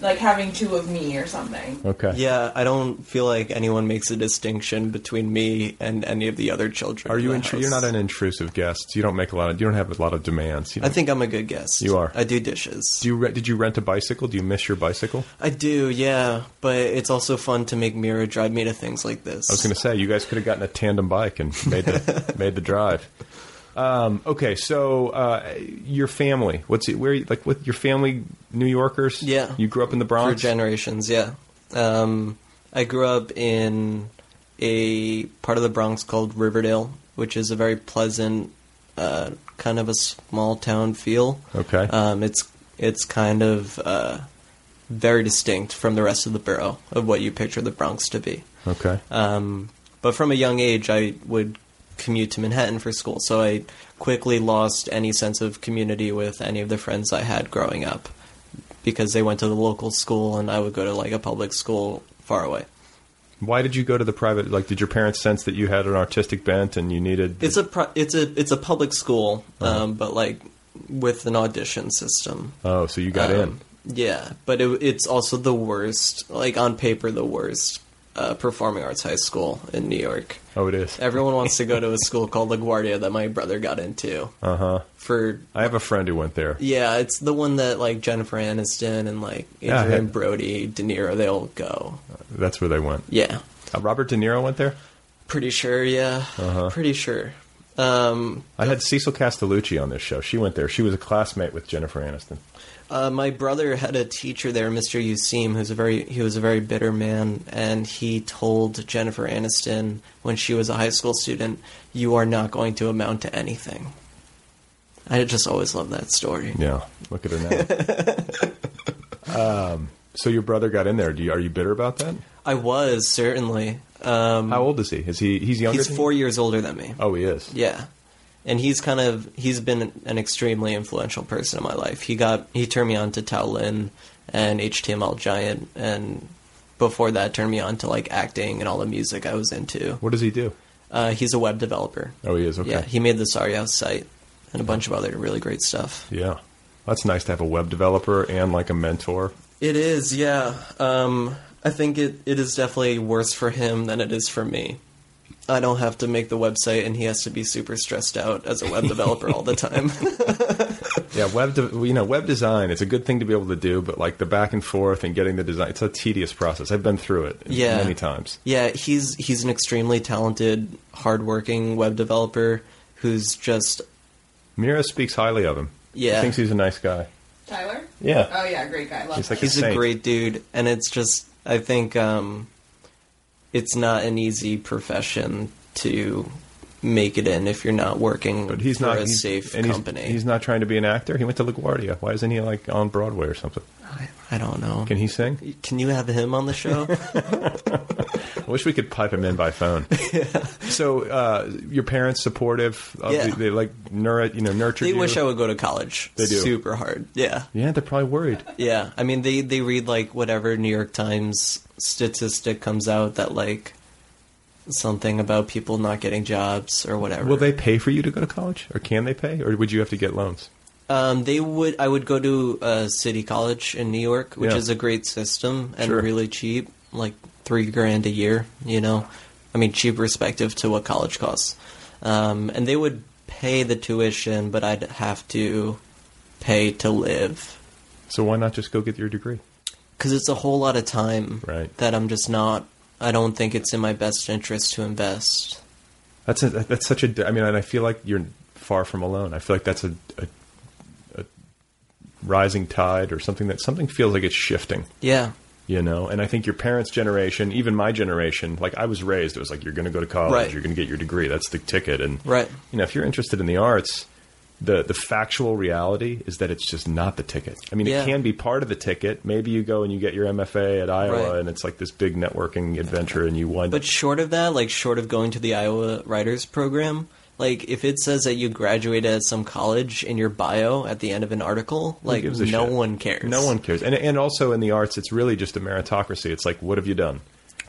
K: like having two of me or something.
C: Okay.
N: Yeah, I don't feel like anyone makes a distinction between me and any of the other children.
C: Are
N: in
C: you?
N: the
C: Intru-
N: house.
C: you're not an intrusive guest. You don't make a lot of. You don't have a lot of demands. You
N: I
C: don't-
N: think I'm a good guest.
C: You are.
N: I do dishes.
C: Do you re- did you rent a bicycle? Do you miss your bicycle?
N: I do, yeah, but it's also fun to make Mira drive me to things like this.
C: I was going to say you guys could have gotten a tandem bike and made the made the drive. Um, okay, so uh, your family. What's it, where? Like with your family, New Yorkers.
N: Yeah.
C: you grew up in the Bronx.
N: For generations, yeah. Um, I grew up in a part of the Bronx called Riverdale, which is a very pleasant, uh, kind of a small town feel.
C: Okay.
N: Um, it's it's kind of uh, very distinct from the rest of the borough of what you picture the Bronx to be.
C: Okay.
N: Um, but from a young age, I would commute to Manhattan for school, so I quickly lost any sense of community with any of the friends I had growing up because they went to the local school and I would go to like a public school far away.
C: Why did you go to the private? Like, did your parents sense that you had an artistic bent and you needed?
N: It's a pri- it's a it's a public school, um, but like with an audition system.
C: oh, so you got in.
N: Um, Yeah, but it, it's also the worst, like on paper, the worst uh, performing arts high school in New York.
C: Oh, it is.
N: Everyone wants to go to a school called LaGuardia that my brother got into.
C: Uh huh.
N: For
C: I have a friend who went there.
N: yeah, it's the one that like Jennifer Aniston and like
C: Ah, Yeah, I
N: Adrian
C: had-
N: Brody, De Niro, they all go.
C: That's where they went.
N: Yeah,
C: Uh, Robert De Niro went there.
N: pretty sure. Yeah,
C: Uh-huh.
N: pretty sure. Um,
C: I had Cecil Castellucci on this show. She went there. She was a classmate with Jennifer Aniston.
N: Uh, my brother had a teacher there, Mr. Useem, who's a very he was a very bitter man, and he told Jennifer Aniston when she was a high school student, "You are not going to amount to anything." I just always love that story.
C: Yeah, look at her now. um, so your brother got in there. Do you, are you bitter about that?
N: I was certainly. Um,
C: How old is he? Is he he's younger?
N: He's
C: than
N: four
C: you?
N: years older than me.
C: Oh, he is.
N: Yeah, and he's kind of he's been an extremely influential person in my life. He got he turned me on to Taolin and HTML Giant, and before that, turned me on to like acting and all the music I was into.
C: What does he do?
N: Uh, he's a web developer.
C: Oh, he is. Okay.
N: Yeah, he made the Sorry House site and a bunch of other really great stuff.
C: Yeah. That's nice to have a web developer and like a mentor.
N: It is, yeah. Um, I think it, it is definitely worse for him than it is for me. I don't have to make the website, and he has to be super stressed out as a web developer all the time.
C: yeah, web de- you know web design it's a good thing to be able to do, but like the back and forth and getting the design, it's a tedious process. I've been through it
N: Yeah.
C: many times.
N: Yeah, he's he's an extremely talented, hardworking web developer who's just
C: Mira speaks highly of him.
N: Yeah.
C: thinks he's a nice guy.
K: Tyler?
C: Yeah.
K: Oh, yeah, great guy. Love
C: He's
K: him.
C: like
N: he's a,
C: saint.
N: great dude, and it's just I think um, it's not an easy profession to make it in if you're not working
C: But he's
N: for
C: not
N: a
C: he's-
N: safe
C: and he's-
N: company.
C: He's, not trying to be an actor. He went to LaGuardia. Why isn't he like on Broadway or something?
N: I don't know.
C: Can he sing?
N: Can you have him on the show?
C: I wish we could pipe him in by phone. So uh, your parents supportive? Of
N: Yeah.
C: the, they like nur- you know nurture.
N: they wish I would go to college.
C: They do.
N: super hard. Yeah.
C: Yeah, they're probably worried.
N: Yeah, I mean they they read like whatever New York Times statistic comes out that like something about people not getting jobs or whatever.
C: Will they pay for you to go to college, or can they pay, or would you have to get loans?
N: Um, they would. I would go to uh, City College in New York, which
C: Yeah.
N: is a great system and
C: Sure.
N: really cheap, like three grand a year. You know, I mean, cheap respective to what college costs. Um, and they would pay the tuition, but I'd have to pay to live
C: So why not just go get your degree?
N: because it's a whole lot of time
C: Right.
N: that I'm just not. I don't think it's in my best interest to invest.
C: That's a, that's such a. I mean, and I feel like you're far from alone. I feel like that's a, a, a rising tide or something that something feels like it's shifting.
N: Yeah.
C: You know, and I think your parents' generation, even my generation, like I was raised, it was like you're going to go to college,
N: Right.
C: you're going to get your degree, that's the ticket. And
N: Right.
C: you know, if you're interested in the arts, the the factual reality is that it's just not the ticket. I mean,
N: Yeah.
C: it can be part of the ticket. Maybe you go and you get your MFA at Iowa,
N: Right.
C: and it's like this big networking adventure, and you wind
N: But short of that, like short of going to the Iowa Writers Program, like if it says that you graduated at some college in your bio at the end of an article,
C: Who
N: like
C: gives a
N: no
C: shit?
N: one cares.
C: No one cares. And and also in the arts, it's really just a meritocracy. It's like, what have you done?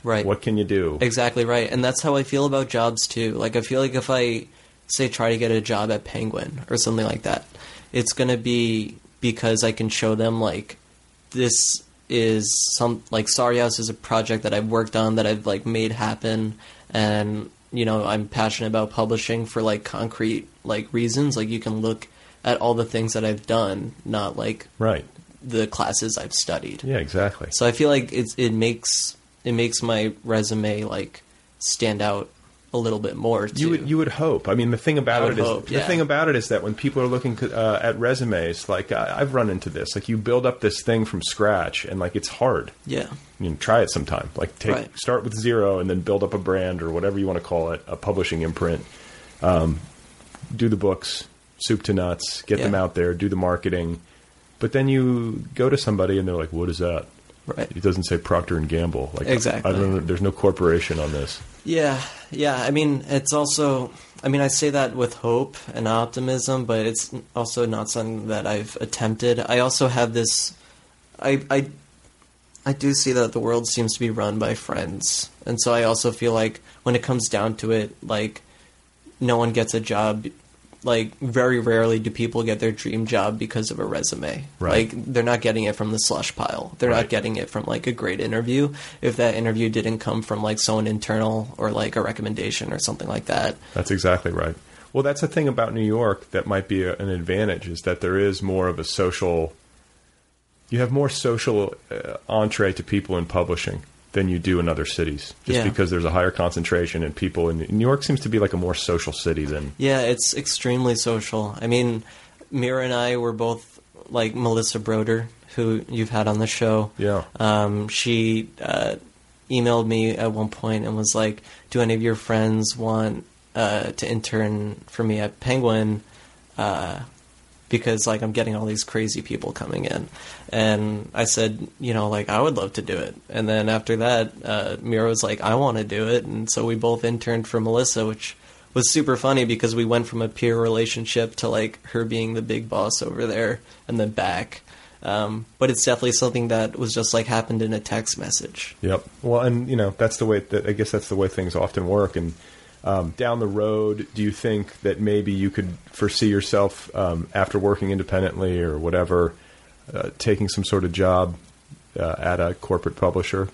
N: Right.
C: What can you do?
N: Exactly right. And that's how I feel about jobs too. Like I feel like if I say try to get a job at Penguin or something like that, it's going to be because I can show them like this is some like Sorry House is a project that I've worked on that I've like made happen and you know, I'm passionate about publishing for like concrete like reasons. Like you can look at all the things that I've done, not like
C: Right.
N: the classes I've studied.
C: Yeah, exactly.
N: So I feel like it's it makes it makes my resume like stand out a little bit more. Too.
C: You would you would hope. I mean, the thing about
N: I would
C: it is
N: hope,
C: the
N: yeah.
C: thing about it is that when people are looking uh, at resumes, like I, I've run into this, like you build up this thing from scratch, and like it's hard.
N: Yeah.
C: You know, try it sometime. Like take
N: Right.
C: start with zero, and then build up a brand or whatever you want to call it, a publishing imprint. Um, do the books, soup to nuts, get them
N: Yeah.
C: out there, do the marketing. But then you go to somebody, and they're like, "What is that?"
N: Right.
C: It doesn't say Procter and Gamble. Like
N: Exactly.
C: I don't, there's no corporation on this.
N: yeah, yeah. I mean, it's also. I mean, I say that with hope and optimism, but it's also not something that I've attempted. I also have this. I I I do see that the world seems to be run by friends, and so I also feel like when it comes down to it, like no one gets a job. Like very rarely do people get their dream job because of a resume.
C: Right.
N: Like they're not getting it from the slush pile. They're
C: Right.
N: not getting it from like a great interview. If that interview didn't come from like someone internal or like a recommendation or something like that.
C: That's exactly right. Well, that's the thing about New York that might be a, an advantage is that there is more of a social. You have more social uh, entree to people in publishing than you do in other cities, just
N: Yeah.
C: because there's a higher concentration and people in New York seems to be like a more social city than
N: Yeah, it's extremely social. I mean, Mira and I were both like Melissa Broder, who you've had on the show.
C: Yeah.
N: Um, she uh, emailed me at one point and was like, "Do any of your friends want uh, to intern for me at Penguin?" Uh, because like I'm getting all these crazy people coming in, and I said, you know, like I would love to do it. And then after that, uh, Mira was like, I want to do it, and so we both interned for Melissa, which was super funny because we went from a peer relationship to like her being the big boss over there and then back. Um, but it's definitely something that was just like happened in a text message.
C: Yep. Well, and you know that's the way that I guess that's the way things often work. And um, down the road, do you think that maybe you could foresee yourself um, after working independently or whatever, uh, taking some sort of job uh, at a corporate publisher?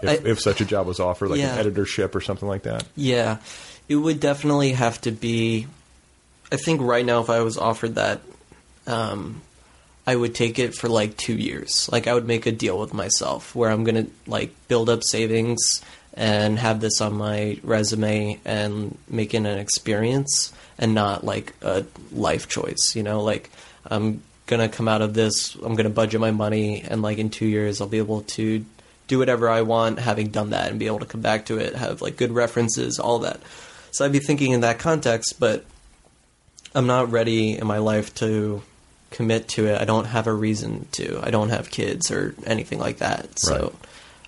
C: if, if such a job was offered, like
N: Yeah.
C: an editorship or something like that?
N: Yeah, it would definitely have to be. I think right now, if I was offered that, um, I would take it for like two years. Like I would make a deal with myself where I'm gonna like build up savings and have this on my resume and make it an experience and not like a life choice. You know, like I'm gonna come out of this. I'm gonna budget my money and like in two years I'll be able to do whatever I want, having done that, and be able to come back to it, have like good references, all that. So I'd be thinking in that context, but I'm not ready in my life to commit to it. I don't have a reason to. I don't have kids or anything like that. So
C: Right.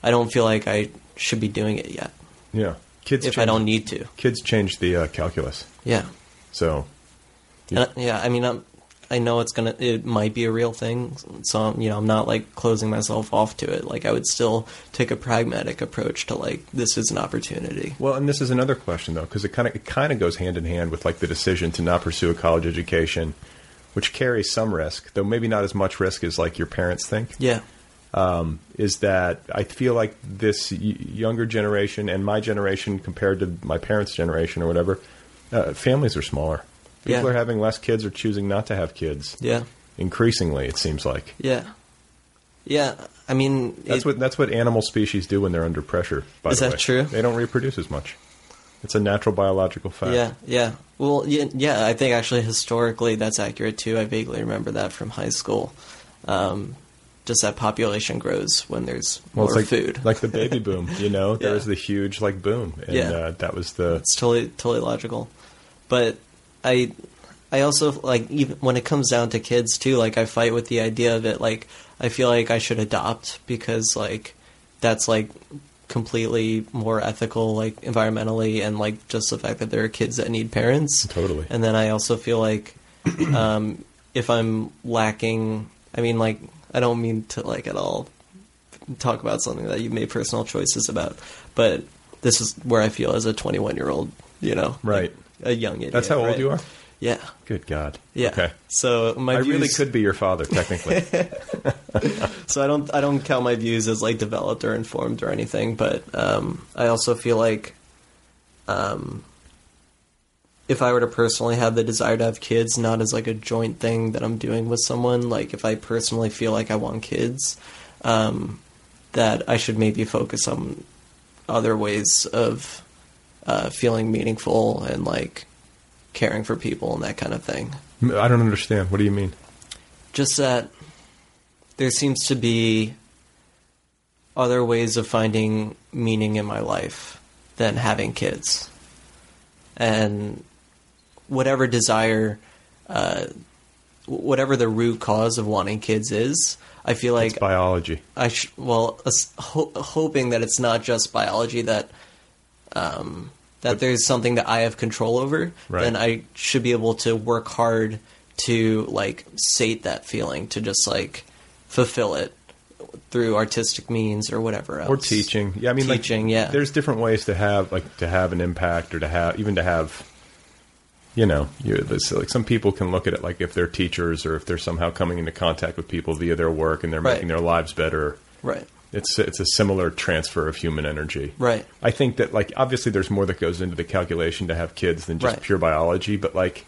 N: I don't feel like I should be doing it yet.
C: Yeah, kids.
N: If I don't need to,
C: kids change the uh, calculus.
N: Yeah.
C: So
N: And I- yeah, I mean, I'm, I know it's gonna. It might be a real thing, so I'm, you know, I'm not like closing myself off to it. Like I would still take a pragmatic approach to like this is an opportunity.
C: Well, and this is another question though, because it kind of it kind of goes hand in hand with like the decision to not pursue a college education, which carries some risk, though maybe not as much risk as like your parents think.
N: Yeah.
C: Um, is that I feel like this y- younger generation and my generation compared to my parents' generation or whatever, uh, families are smaller. People
N: Yeah.
C: are having less kids or choosing not to have kids.
N: Yeah.
C: Increasingly, it seems like.
N: Yeah. Yeah. I mean,
C: That's
N: it-
C: what that's what animal species do when they're under pressure. By
N: Is
C: the
N: that
C: way.
N: true?
C: They don't reproduce as much. It's a natural biological fact.
N: Yeah, yeah. Well, yeah, yeah, I think actually historically that's accurate too. I vaguely remember that from high school. Um, just that population grows when there's
C: Well,
N: more
C: it's like
N: food.
C: like the baby boom. You know, there was the huge like boom, and
N: Yeah.
C: uh, that was the
N: It's totally totally logical. But I I also like even when it comes down to kids too, like I fight with the idea of it like I feel like I should adopt because like that's like completely more ethical like environmentally and like just the fact that there are kids that need parents.
C: Totally.
N: And then I also feel like um if I'm lacking I mean like I don't mean to like at all talk about something that you made personal choices about, but this is where I feel as a 21 year old, you know,
C: right.
N: a young idiot.
C: That's how old
N: right?
C: you are.
N: Yeah,
C: Good God.
N: yeah.
C: Okay.
N: So my
C: I
N: views,
C: really could be your father, technically.
N: So I don't I don't count my views as like developed or informed or anything, but um, I also feel like, um, if I were to personally have the desire to have kids, not as like a joint thing that I'm doing with someone, like if I personally feel like I want kids, um, that I should maybe focus on other ways of uh, feeling meaningful and like caring for people and that kind of thing
C: I don't understand. What do you mean?
N: just that there seems to be other ways of finding meaning in my life than having kids. And whatever desire, uh, whatever the root cause of wanting kids is, I feel like
C: It's biology.
N: I sh- well, as- ho- hoping that it's not just biology that um, that there's something that I have control over,
C: Right.
N: then I should be able to work hard to like sate that feeling, to just like fulfill it through artistic means or whatever else,
C: Or teaching. Yeah, I mean,
N: uh, teaching.
C: like,
N: yeah,
C: There's different ways to have like to have an impact, or to have even to have. You know, you're this, like some people can look at it like if they're teachers or if they're somehow coming into contact with people via their work and they're
N: Right.
C: making their lives better.
N: right,
C: It's it's a similar transfer of human energy.
N: right,
C: I think that like obviously there's more that goes into the calculation to have kids than just
N: Right.
C: pure biology, but like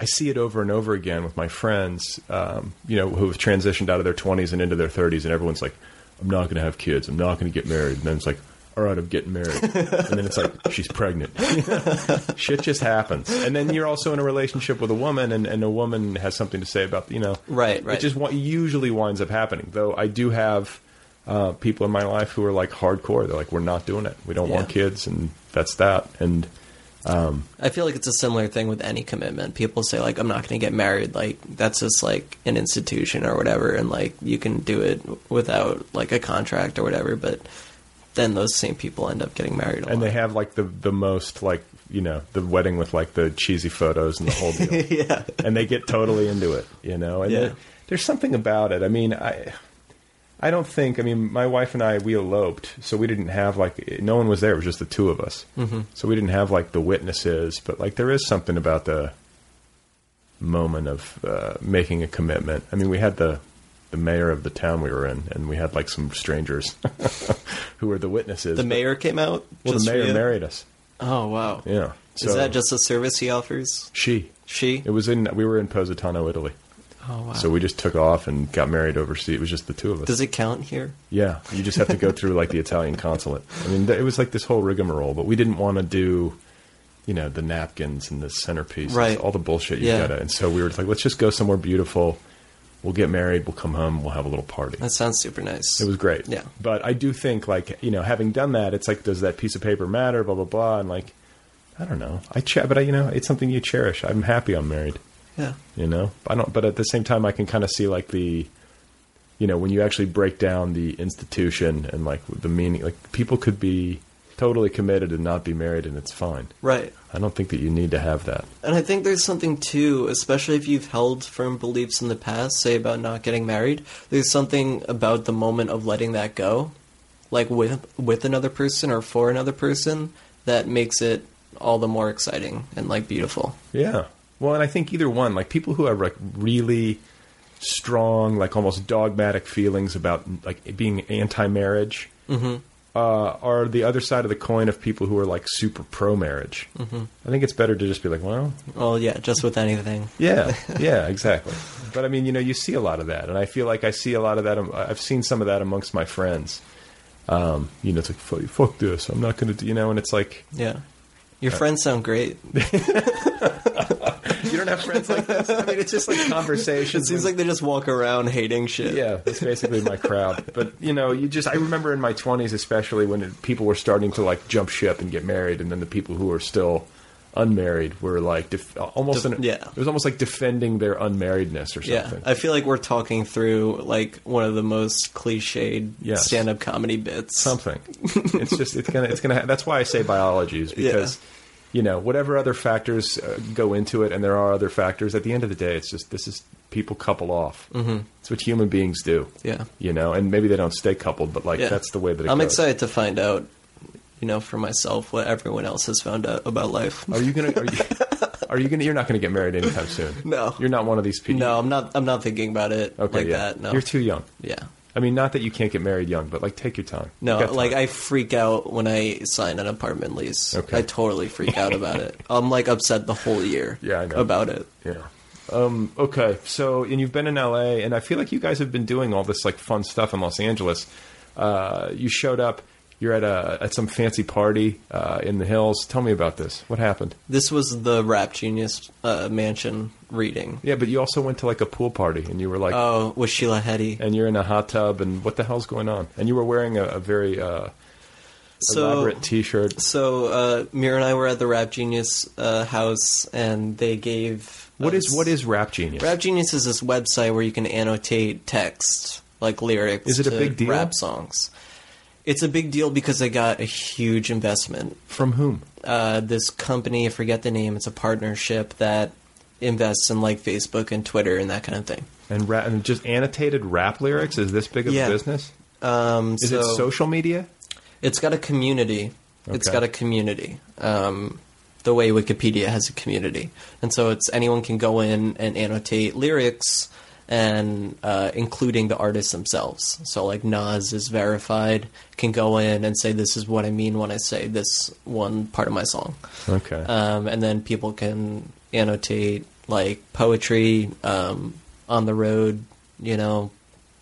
C: I see it over and over again with my friends, um, you know, who have transitioned out of their 20s and into their 30s, and everyone's like, "I'm not going to have kids. I'm not going to get married." And then it's like, "All right, I'm getting married," and then it's like, "She's pregnant." Shit just happens, and then you're also in a relationship with a woman, and, and a woman has something to say about you know,
N: Right, right.
C: It just wa- usually winds up happening, though. I do have. Uh, people in my life who are like hardcore, they're like, we're not doing it. We don't want
N: Yeah.
C: kids, and that's that. And
N: I feel like it's a similar thing with any commitment. People say like I'm not going to get married, like that's just like an institution or whatever and like you can do it without like a contract or whatever, but then those same people end up getting married a
C: and
N: lot.
C: they have like the the most like you know the wedding with like the cheesy photos and the whole deal
N: yeah.
C: and they get totally into it you know and
N: Yeah.
C: there- there's something about it i mean i i don't think i mean my wife and i we eloped so we didn't have like no one was there it was just the two of us
N: Mhm.
C: so we didn't have like the witnesses but like there is something about the moment of uh, making a commitment i mean we had the the mayor of the town we were in and we had like some strangers who were the witnesses.
N: The mayor came out.
C: Well, the
N: just for
C: mayor
N: you?
C: married us.
N: Oh wow!
C: Yeah.
N: Is that just a service he offers?
C: She.
N: She.
C: It was in. We were in Positano, Italy.
N: Oh wow!
C: So we just took off and got married overseas. It was just the two of us.
N: Does it count here?
C: Yeah, you just have to go through like the Italian consulate. I mean, th- it was like this whole rigmarole, but we didn't want to do, you know, the napkins and the centerpiece,
N: Right.
C: All the bullshit you
N: Yeah.
C: gotta. And so we were just like, let's just go somewhere beautiful. We'll get married. We'll come home. We'll have a little party.
N: That sounds super nice.
C: It was great.
N: Yeah.
C: But I do think, like, you know, having done that, it's like, does that piece of paper matter? Blah blah blah. And like, I don't know. I ch- but I, you know, it's something you cherish. I'm happy I'm married.
N: Yeah.
C: You know, I don't. But at the same time, I can kind of see like the, you know, when you actually break down the institution and like the meaning, like people could be totally committed and not be married, and it's fine.
N: Right.
C: I don't think that you need to have that.
N: And I think there's something too, especially if you've held firm beliefs in the past, say about not getting married. There's something about the moment of letting that go, like with with another person or for another person, that makes it all the more exciting and like beautiful.
C: Yeah. Well, and I think either one, like people who have like really strong, like almost dogmatic feelings about like being anti-marriage,
N: Mhm.
C: uh, are the other side of the coin of people who are like super pro-marriage.
N: Mhm.
C: I think it's better to just be like, well,
N: Well, yeah, just with anything.
C: yeah, yeah, exactly. But I mean, you know, you see a lot of that, and I feel like I see a lot of that. I've seen some of that amongst my friends. Um, you know, it's like fuck, fuck this. I'm not going to, you know, and it's like
N: Yeah. Your
C: Uh,
N: friends sound great.
C: you don't have friends like this. I mean, it's just like
N: It
C: conversations.
N: seems like they just walk around hating shit.
C: Yeah, that's basically my crowd. But you know, you just I remember in my twenties, especially when it, people were starting to like jump ship and get married, and then the people who are still unmarried were like def- almost
N: Def-
C: an,
N: yeah.
C: It was almost like defending their unmarriedness or
N: Yeah,
C: something.
N: I feel like we're talking through like one of the most cliched
C: Yes.
N: stand-up comedy bits.
C: Something. it's just it's gonna it's gonna. Ha- that's why I say biology is because. You know, whatever other factors uh, go into it, and there are other factors. At the end of the day, it's just this is people couple off.
N: Mhm.
C: It's what human beings do.
N: Yeah.
C: you know, and maybe they don't stay coupled, but like
N: Yeah.
C: that's the way that it
N: I'm
C: goes.
N: excited to find out, you know, for myself what everyone else has found out about life.
C: Are you gonna? Are you, are you gonna? You're not gonna get married anytime soon.
N: No.
C: you're not one of these people.
N: No, I'm not. I'm not thinking about it
C: okay,
N: like
C: yeah.
N: that. No,
C: you're too young.
N: Yeah.
C: I mean, not that you can't get married young, but like take your time. You
N: No,
C: got
N: like
C: time.
N: I freak out when I sign an apartment lease.
C: Okay.
N: I totally freak out about it. I'm like upset the whole year.
C: Yeah, I know.
N: about it.
C: yeah. Um, okay, so and you've been in LA, and I feel like you guys have been doing all this like fun stuff in Los Angeles. Uh, you showed up. You're at a at some fancy party uh, in the hills. Tell me about this. What happened?
N: This was the Rap Genius uh, Mansion reading.
C: Yeah, but you also went to like a pool party, and you were like,
N: Oh, with Sheila Hetty.
C: and you're in a hot tub, and what the hell's going on? And you were wearing a, a very uh,
N: So,
C: elaborate T-shirt.
N: so uh, Mira and I were at the Rap Genius uh, house, and they gave
C: What is
N: us-
C: what is Rap Genius?
N: Rap Genius is this website where you can annotate text, like lyrics.
C: Is it a
N: to
C: big deal?
N: Rap songs. It's a big deal because they got a huge investment.
C: From whom?
N: Uh, this company, I forget the name. It's a partnership that invests in like Facebook and Twitter and that kind of thing.
C: And, ra- and just annotated rap lyrics is this big of
N: Yeah.
C: a business?
N: Um,
C: Is it
N: so-
C: social media?
N: It's got a community. It's
C: Okay.
N: got a community. Um, the way Wikipedia has a community, and so it's anyone can go in and annotate lyrics, and uh, including the artists themselves. So like Nas is verified, can go in and say this is what I mean when I say this one part of my song.
C: Okay.
N: Um, and then people can annotate like poetry um, on the road. You know,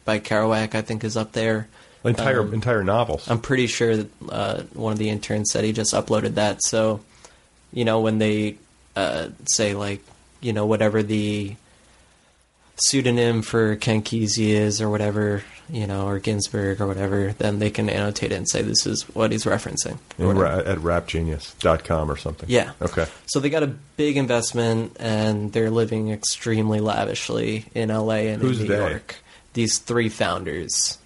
N: by Kerouac, I think is up there.
C: entire
N: Um,
C: entire novels.
N: I'm pretty sure that uh, one of the interns said he just uploaded that. So, you know, when they uh, say like, you know, whatever the pseudonym for Kenkezi is or whatever, you know, or Ginsberg or whatever, then they can annotate it and say this is what he's referencing. or
C: In
N: whatever.
C: ra- at rapgenius.com or something.
N: Yeah.
C: Okay.
N: So they got a big investment and they're living extremely lavishly in LA and
C: Who's
N: in New
C: they?
N: York. These three founders.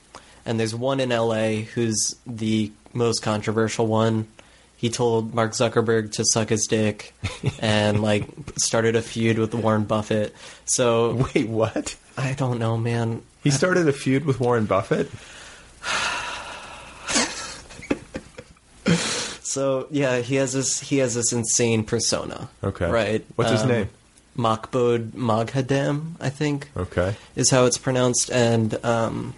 N: And there's one in LA who's the most controversial one. He told Mark Zuckerberg to suck his dick and like started a feud with Warren Buffett. So
C: Wait, what?
N: I don't know, man.
C: He started a feud with Warren Buffett?
N: So yeah, he has this he has this insane persona.
C: Okay.
N: Right.
C: What's his name?
N: Makbod Maghadam, I think.
C: Okay.
N: is how it's pronounced, and um,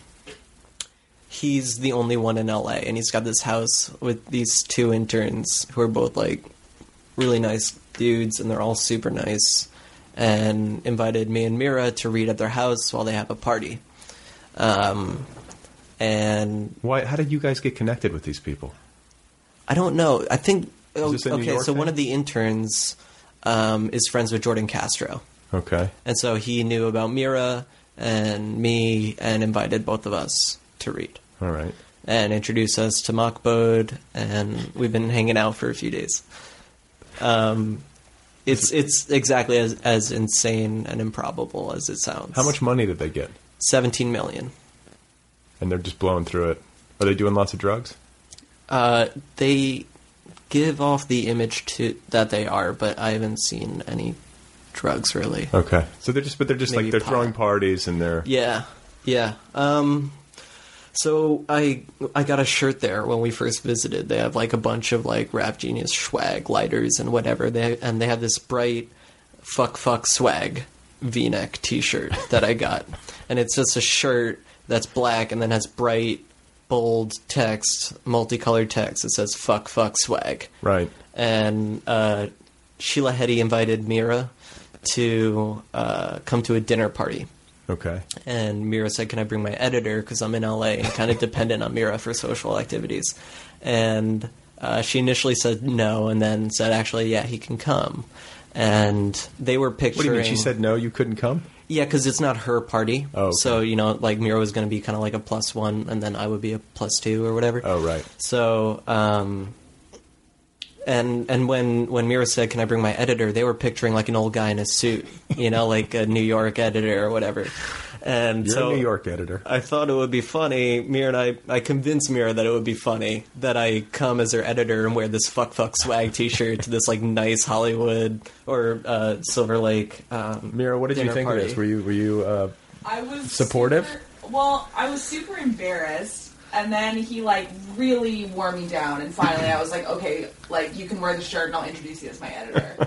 N: he's the only one in LA, and he's got this house with these two interns who are both like really nice dudes, and they're all super nice, and invited me and Mira to read at their house while they have a party. Um, and
C: why? How did you guys get connected with these people?
N: I don't know. I think oh,
C: Is this a New
N: okay.
C: York
N: so
C: thing?
N: one of the interns um, is friends with Jordan Castro.
C: Okay.
N: And so he knew about Mira and me and invited both of us to read.
C: All right.
N: And introduced us to Mockbode, and we've been hanging out for a few days. Um, it's it's exactly as, as insane and improbable as it sounds.
C: How much money did they get?
N: Seventeen million.
C: And they're just blowing through it. Are they doing lots of drugs?
N: Uh, they give off the image to that they are, but I haven't seen any drugs really.
C: Okay. So they're just, but they're just
N: Maybe
C: like they're
N: pot.
C: throwing parties and they're
N: Yeah, yeah. Um, so I I got a shirt there when we first visited. They have like a bunch of like Rap Genius swag lighters and whatever. They and they have this bright fuck fuck swag V-neck T-shirt that I got, and it's just a shirt that's black and then has bright bold text, multicolored text. It says fuck fuck swag
C: right.
N: and uh, Sheila Hetty invited Mira to uh, come to a dinner party.
C: Okay.
N: And Mira said, "Can I bring my editor? Because I'm in LA and kind of dependent on Mira for social activities." And uh, she initially said no, and then said, "Actually, yeah, he can come." And they were
C: What
N: picturing.
C: do you mean? She said no. You couldn't come.
N: Yeah, because it's not her party.
C: Oh, okay.
N: So, you know, like Mira was going to be kind of like a plus one, and then I would be a plus two or whatever.
C: Oh, right.
N: So, um, and and when, when Mira said, Can I bring my editor? they were picturing like an old guy in a suit, you know, like a New York editor or whatever. And
C: You're
N: so
C: a New York editor.
N: I thought it would be funny. Mira and I, I convinced Mira that it would be funny that I come as her editor and wear this fuck fuck swag t shirt to this like nice Hollywood or uh, Silver Lake. Um,
C: Mira, what did you
N: dinner
C: think
N: party.
C: of this? Were you were you uh,
P: I was
C: supportive?
P: super- well, I was super embarrassed, and then he like really wore me down, and finally I was like, okay, like you can wear the shirt, and I'll introduce you as my editor.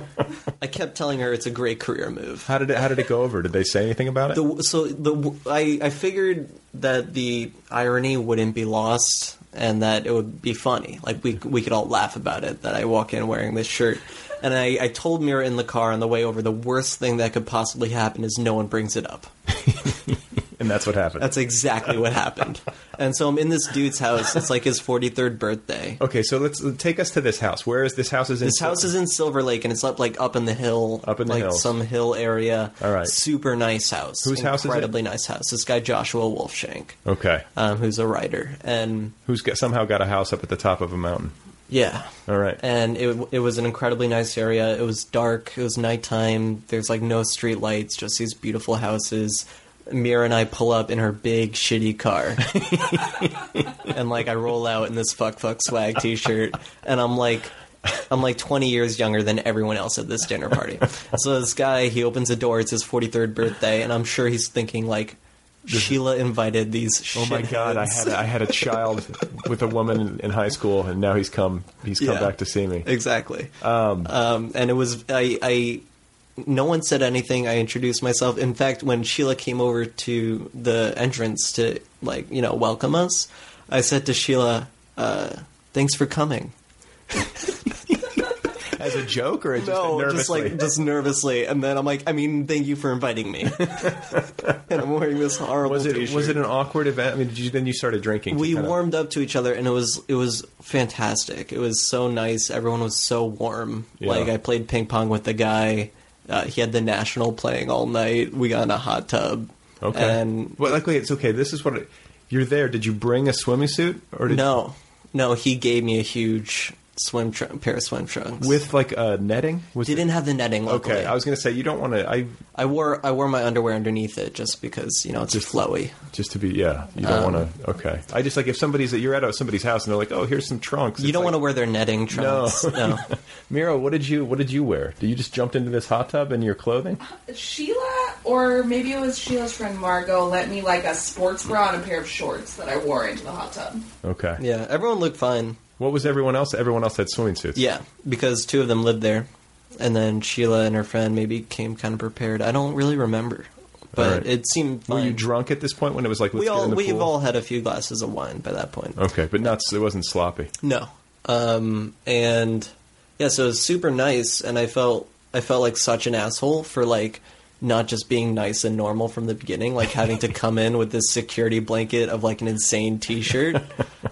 N: I kept telling her it's a great career move.
C: How did it How did it go over? Did they say anything about it?
N: The, so the I I figured that the irony wouldn't be lost and that it would be funny. Like we we could all laugh about it that I walk in wearing this shirt. And I, I told Mira in the car on the way over the worst thing that could possibly happen is no one brings it up.
C: and that's what happened.
N: That's exactly what happened. And so I'm in this dude's house. It's like his 43rd birthday.
C: Okay, so let's take us to this house. Where is this house? Is in
N: This house is in Silver Lake, and it's up like up in the hill, up in
C: the
N: like
C: hills.
N: some hill area.
C: All right.
N: super nice house.
C: Whose house is it?
N: Incredibly nice house. This guy Joshua Wolfshank,
C: okay.
N: um, who's a writer, and
C: Who's got, somehow got a house up at the top of a mountain?
N: yeah,
C: All right.
N: and it it was an incredibly nice area. It was dark. It was nighttime. There's like no street lights. Just these beautiful houses. Mira and I pull up in her big shitty car, and like I roll out in this fuck fuck swag t-shirt, and I'm like. I'm like 20 years younger than everyone else at this dinner party. so this guy, he opens the door. It's his 43rd birthday, and I'm sure he's thinking like, Sheila invited these.
C: Oh my god! I
N: shitheads."
C: had I had a child with a woman in, in high school, and now he's come he's come
N: Yeah.
C: back to see me.
N: Exactly. Um, and it was I, I. No one said anything. I introduced myself. In fact, when Sheila came over to the entrance to like you know welcome us, I said to Sheila, uh, "Thanks for coming."
C: As a joke or just
N: no, just
C: nervously?
N: like just nervously, and then I'm like, I mean, thank you for inviting me. and I'm wearing this horrible.
C: Was it
N: t-shirt.
C: was it an awkward event? I mean, did you, then you started drinking. to
N: we
C: kinda-
N: warmed up to each other and it was it was fantastic it was so nice everyone was so warm
C: Yeah.
N: like i played ping pong with the guy uh, he had the national playing all night we got in a hot tub
C: Okay.
N: and
C: well, luckily it's okay. This is what it, you're there. Did you bring a swimming suit or did
N: no no he gave me a huge swim tr- pair of swim trunks
C: with like a netting? Was
N: didn't have the netting luckily.
C: okay? I was going to say you don't want to. I
N: i wore i wore my underwear underneath it just because you know it's flowy
C: just to be yeah. You don't
N: Um,
C: want to. Okay. I just like if somebody's at you're at somebody's house and they're like, oh, here's some trunks.
N: you don't want to wear their netting trunks
C: No.
N: no.
C: Mira, what did you what did you wear? Did you just jumped into this hot tub in your clothing?
P: Sheila, or maybe it was Sheila's friend Margot, lent me like a sports bra and a pair of shorts that I wore into the hot tub.
C: Okay.
N: Yeah, everyone looked fine.
C: What was everyone else? Everyone else had swimming suits.
N: Yeah, because two of them lived there, and then Sheila and her friend maybe came kind of prepared. I don't really remember. but
C: All right.
N: it seemed.
C: Were you
N: fine.
C: drunk at this point when it was like let's
N: we
C: get in
N: all
C: the
N: we've
C: pool?
N: all had a few glasses of wine by that point.
C: Okay, but not it wasn't sloppy.
N: No. Um, and yeah, so it was super nice, and I felt I felt like such an asshole for like not just being nice and normal from the beginning, like having to come in with this security blanket of like an insane T-shirt,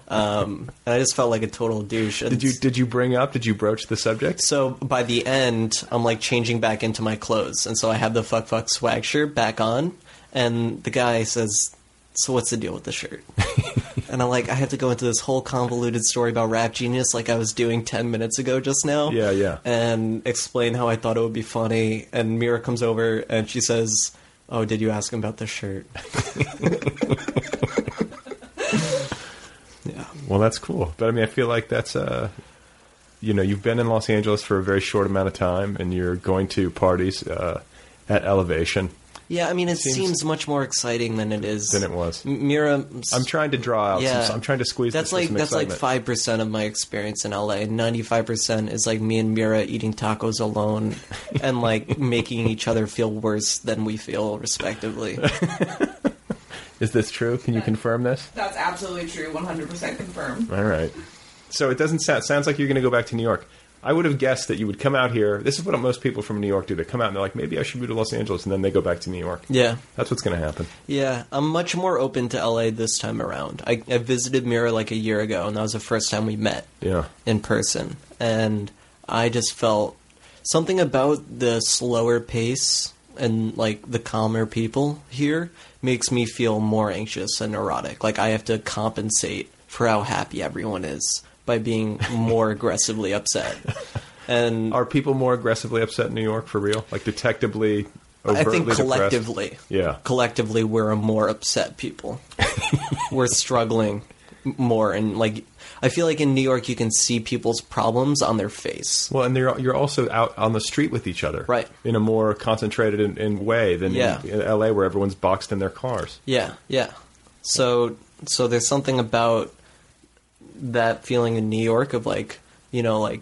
N: um, and I just felt like a total douche.
C: Did you did you bring up? Did you broach the subject?
N: So by the end, I'm like changing back into my clothes, and so I have the fuck fuck swag shirt back on, and the guy says, "So what's the deal with the shirt?" and I'm like, I have to go into this whole convoluted story about Rap Genius, like I was doing ten minutes ago just now.
C: Yeah, yeah.
N: And explain how I thought it would be funny. And Mira comes over and she says, "Oh, did you ask him about the shirt?"
C: Well, that's cool. But I mean, I feel like that's uh, you know, you've been in Los Angeles for a very short amount of time, and you're going to parties uh, at elevation.
N: yeah, I mean, it
C: Seems-
N: seems, much more exciting than it is.
C: Than it was.
N: M- Mira,
C: I'm trying to draw out. Some, I'm trying to squeeze.
N: That's
C: this with
N: like
C: some
N: that's like
C: excitement.
N: five percent of my experience in LA. Ninety five percent is like me and Mira eating tacos alone and like making each other feel worse than we feel respectively.
C: Is this true? Can you confirm this?
P: That's absolutely true. 100% confirmed.
C: All right. So it doesn't sound sounds like you're going to go back to New York. I would have guessed that you would come out here. This is what most people from New York do. They come out and they're like, maybe I should move to Los Angeles, and then they go back to New York.
N: Yeah.
C: That's what's going to happen.
N: Yeah, I'm much more open to LA this time around. I, I visited Mira like a year ago, and that was the first time we met
C: Yeah.
N: in person. And I just felt something about the slower pace and like the calmer people here makes me feel more anxious and neurotic. Like I have to compensate for how happy everyone is by being more aggressively upset. And
C: are people more aggressively upset in New York for real? Like detectably, overtly
N: I think
C: depressed?
N: collectively,
C: Yeah.
N: collectively, we're a more upset people. we're struggling m- more, and like I feel like in New York, you can see people's problems on their face.
C: Well, and they're, you're also out on the street with each other, right? In a more concentrated in, in way than
N: Yeah.
C: in, in LA, where everyone's boxed in their cars.
N: Yeah, yeah. So, so there's something about that feeling in New York of like, you know, like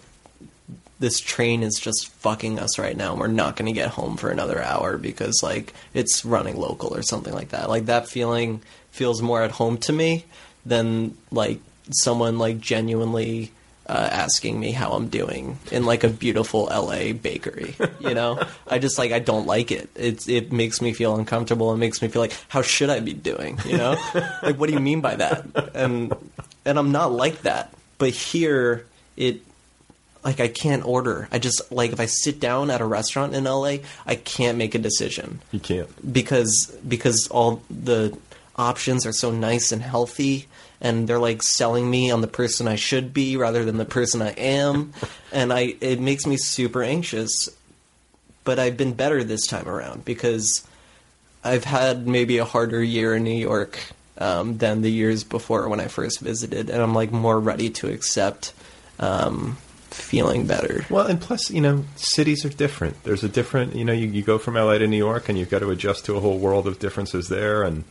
N: this train is just fucking us right now. We're not going to get home for another hour because like it's running local or something like that. Like that feeling feels more at home to me than like someone like genuinely uh, asking me how I'm doing in like a beautiful LA bakery. You know, I just like I don't like it. It's it makes me feel uncomfortable. It makes me feel like how should I be doing? You know, like what do you mean by that? And and I'm not like that. But here it like I can't order. I just like if I sit down at a restaurant in LA, I can't make a decision
C: You can't.
N: because because all the options are so nice and healthy and they're like selling me on the person I should be rather than the person I am and I it makes me super anxious but I've been better this time around because I've had maybe a harder year in New York um, than the years before when I first visited and I'm like more ready to accept um, feeling better
C: Well, and plus, you know, cities are different. There's a different, you know, you, you go from LA to New York, and you've got to adjust to a whole world of differences there. And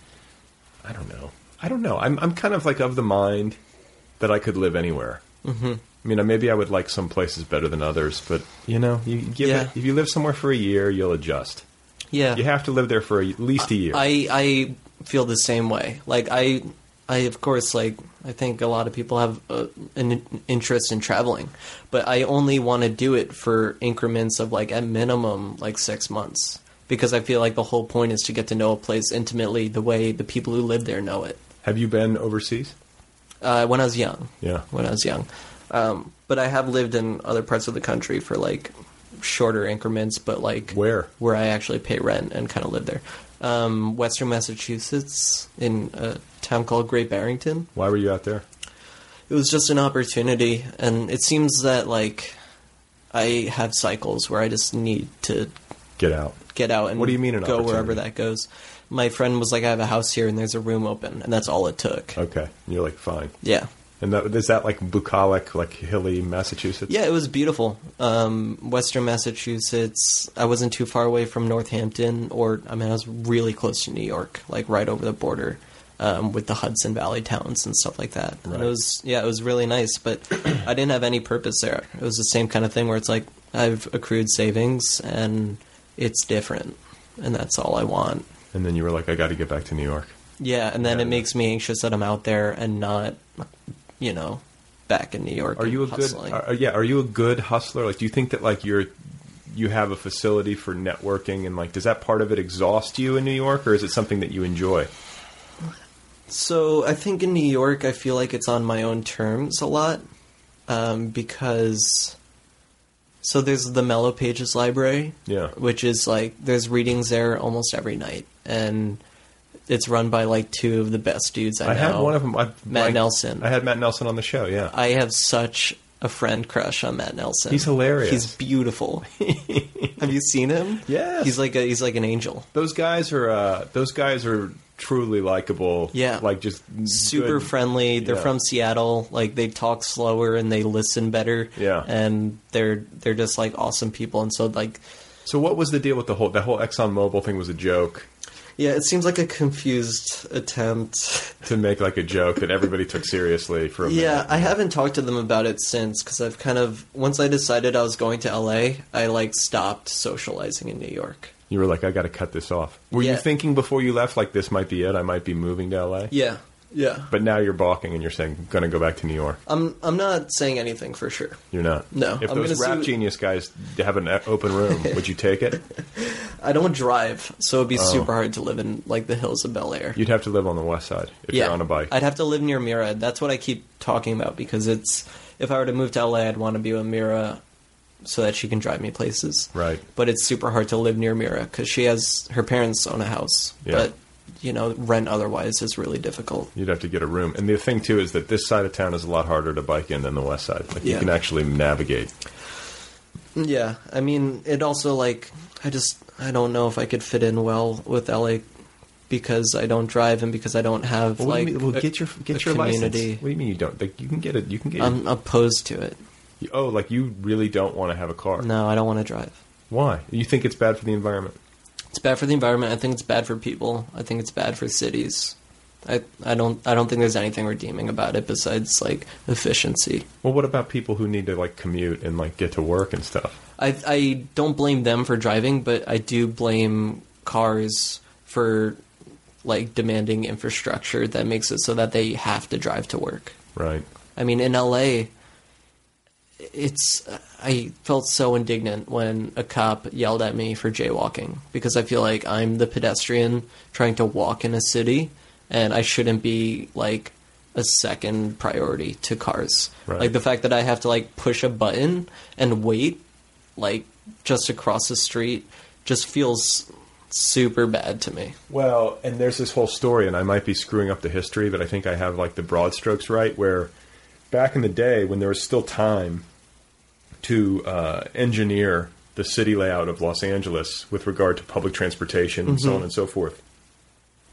C: I don't know. I don't know. I'm I'm kind of like of the mind that I could live anywhere.
N: Mhm.
C: I mean, uh, maybe I would like some places better than others, but you know, you give
N: Yeah.
C: it, if you live somewhere for a year, you'll adjust.
N: yeah
C: You have to live there for at least a year.
N: I I feel the same way. Like I I of course like I think a lot of people have uh, an interest in traveling, but I only want to do it for increments of like at minimum like 6 months because I feel like the whole point is to get to know a place intimately the way the people who live there know it.
C: Have you been overseas?
N: Uh, when I was young.
C: Yeah.
N: When I was young. Um, but I have lived in other parts of the country for like shorter increments, but like
C: where
N: where I actually pay rent and kind of live there. Um, Western Massachusetts in a town called Great Barrington.
C: Why were you out there?
N: It was just an opportunity, and it seems that like I have cycles where I just need to
C: Get out.
N: get out and
C: What do you mean an
N: go wherever
C: opportunity?
N: that goes. My friend was like, "I have a house here, and there's a room open," and that's all it took.
C: Okay, you're like fine.
N: Yeah.
C: And that, is that like bucolic, like hilly Massachusetts?
N: Yeah, it was beautiful. Um, Western Massachusetts. I wasn't too far away from Northampton, or I mean, I was really close to New York, like right over the border um, with the Hudson Valley towns and stuff like that. And
C: Right.
N: it was yeah, it was really nice, but I didn't have any purpose there. It was the same kind of thing where it's like I've accrued savings and it's different, and that's all I want.
C: And then you were like, I got to get back to New York.
N: Yeah, and then it makes me anxious that I'm out there and not, you know, back in New York.
C: Are
N: and
C: you a
N: hustling.
C: good? Are, yeah. Are you a good hustler? Like, do you think that like you're you have a facility for networking and like does that part of it exhaust you in New York or is it something that you enjoy?
N: So I think in New York, I feel like it's on my own terms a lot um, because. So there's the Mellow Pages Library,
C: Yeah.
N: which is like there's readings there almost every night, and it's run by like two of the best dudes I,
C: I
N: know.
C: had one of them. I've,
N: Matt
C: like,
N: Nelson.
C: I had Matt Nelson on the show. Yeah.
N: I have such a friend crush on Matt Nelson.
C: He's hilarious.
N: He's beautiful. have you seen him?
C: Yes.
N: He's like a, he's like an angel.
C: Those guys are uh, those guys are truly likable.
N: Yeah.
C: Like just
N: Super
C: good-
N: friendly. They're
C: Yeah.
N: from Seattle. Like they talk slower and they listen better.
C: Yeah.
N: And they're they're just like awesome people. And so like
C: So what was the deal with the whole that whole ExxonMobil thing was a joke
N: yeah, it seems like a confused attempt.
C: to make like a joke that everybody took seriously for a minute.
N: Yeah, I haven't talked to them about it since because I've kind of once I decided I was going to LA, I like stopped socializing in New York.
C: You were like, I got to cut this off. Were
N: Yeah.
C: you thinking before you left like this might be it? I might be moving to LA.
N: Yeah, yeah.
C: But now you're balking and you're saying going to go back to New York.
N: I'm I'm not saying anything for sure.
C: You're not.
N: No,
C: If
N: I'm
C: those
N: gonna
C: rap
N: see-
C: genius guys have an e, open room, would you take it?
N: I don't drive, so it'd be
C: Oh.
N: super hard to live in like the hills of Bel Air.
C: You'd have to live on the west side if
N: yeah,
C: you're on a bike.
N: I'd have to live near Mira. That's what I keep talking about because it's if I were to move to LA, I'd want to be with Mira so that she can drive me places.
C: Right.
N: But it's super hard to live near Mira because she has her parents own a house,
C: Yeah.
N: but you know rent otherwise is really difficult.
C: You'd have to get a room. And the thing too is that this side of town is a lot harder to bike in than the west side. Like you
N: Yeah.
C: can actually navigate.
N: Yeah, I mean, it also like I just I don't know if I could fit in well with LA because I don't drive and because I don't have
C: Well, what do
N: like
C: you mean- well,
N: a-
C: get your get
N: a
C: your
N: community.
C: license. Um, What do you mean you don't? Like, you can get it. You can get.
N: I'm opposed to it.
C: your- oh, like you really don't want to have a car?
N: No, I don't want to drive.
C: Why? You think it's bad for the environment?
N: It's bad for the environment. I think it's bad for people. I think it's bad for cities. I I don't I don't think there's anything redeeming about it besides like efficiency.
C: Well, what about people who need to like commute and like get to work and stuff?
N: I I don't blame them for driving, but I do blame cars for like demanding infrastructure that makes it so that they have to drive to work.
C: Right.
N: I mean, in LA, it's I felt so indignant when a cop yelled at me for jaywalking because I feel like I'm the pedestrian trying to walk in a city, and I shouldn't be like a second priority to cars.
C: Right.
N: Like the fact that I have to like push a button and wait, like just across the street, just feels super bad to me.
C: Well, and there's this whole story, and I might be screwing up the history, but I think I have like the broad strokes right. Where back in the day, when there was still time to uh, engineer the city layout of Los Angeles with regard to public transportation and
N: Mm-hmm.
C: so
Q: Mhm.
C: on and so forth,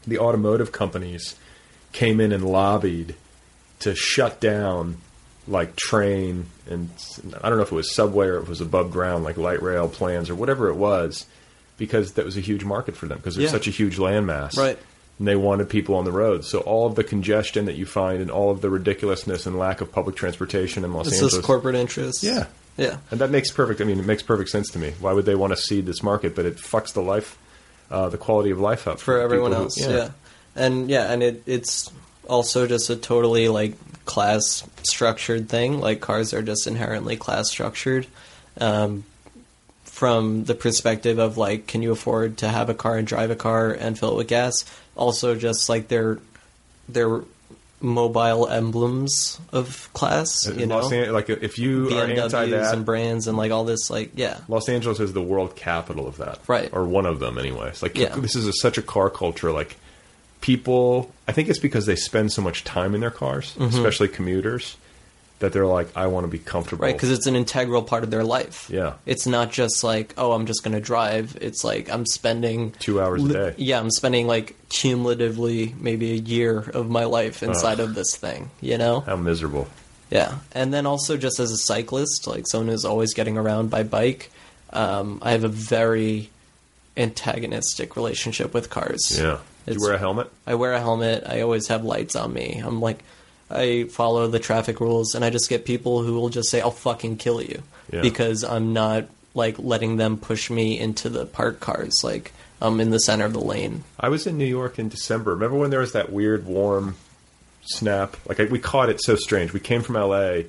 C: the automotive companies came in and lobbied to shut down like train and I don't know if it was subway or it was above ground like light rail plans or whatever it was because that was a huge market for them because there's
N: Yeah.
C: such a huge landmass
N: Right.
C: and they wanted people on the roads so all of the congestion that you find and all of the ridiculousness and lack of public transportation in Los
N: It's
C: Angeles
N: just corporate interests.
C: yeah
N: yeah
C: and that makes perfect I mean it makes perfect sense to me why would they want to seed this market but it fucks the life uh, the quality of life up
N: for everyone
C: people who-
N: else. yeah. and yeah, and it it's also just a totally like class structured thing. Like cars are just inherently class structured. Um, from the perspective of like, can you afford to have a car and drive a car and fill it with gas? Also, just like their their mobile emblems of class,
C: Uh,
N: you know,
C: Los An- like if you are
N: BMWs
C: anti that
N: and brands and like all this, like yeah,
C: Los Angeles is the world capital of that,
N: Right.
C: Or one of them, anyways. Like
N: Yeah.
C: this is a, such a car culture. Like people, I think it's because they spend so much time in their cars,
N: Mhm.
C: especially commuters, that they're like, I want to be comfortable,
N: right? Because it's an integral part of their life.
C: yeah,
N: It's not just like, oh, I'm just going to drive. It's like I'm spending
C: two hours a day.
N: Yeah, I'm spending like cumulatively maybe a year of my life inside
C: Ugh.
N: of this thing, you know?
C: How miserable.
N: Yeah. And then also just as a cyclist, like someone who's always getting around by bike, um, I have a very antagonistic relationship with cars.
C: Yeah. Do you wear a helmet?
N: I wear a helmet. I always have lights on me. I'm like, I follow the traffic rules, and I just get people who will just say, "I'll fucking kill you,"
C: Yeah.
N: because I'm not like letting them push me into the parked cars. Like um, in the center of the lane.
C: I was in New York in December. Remember when there was that weird warm snap? Like I, we caught it so strange. We came from L.A.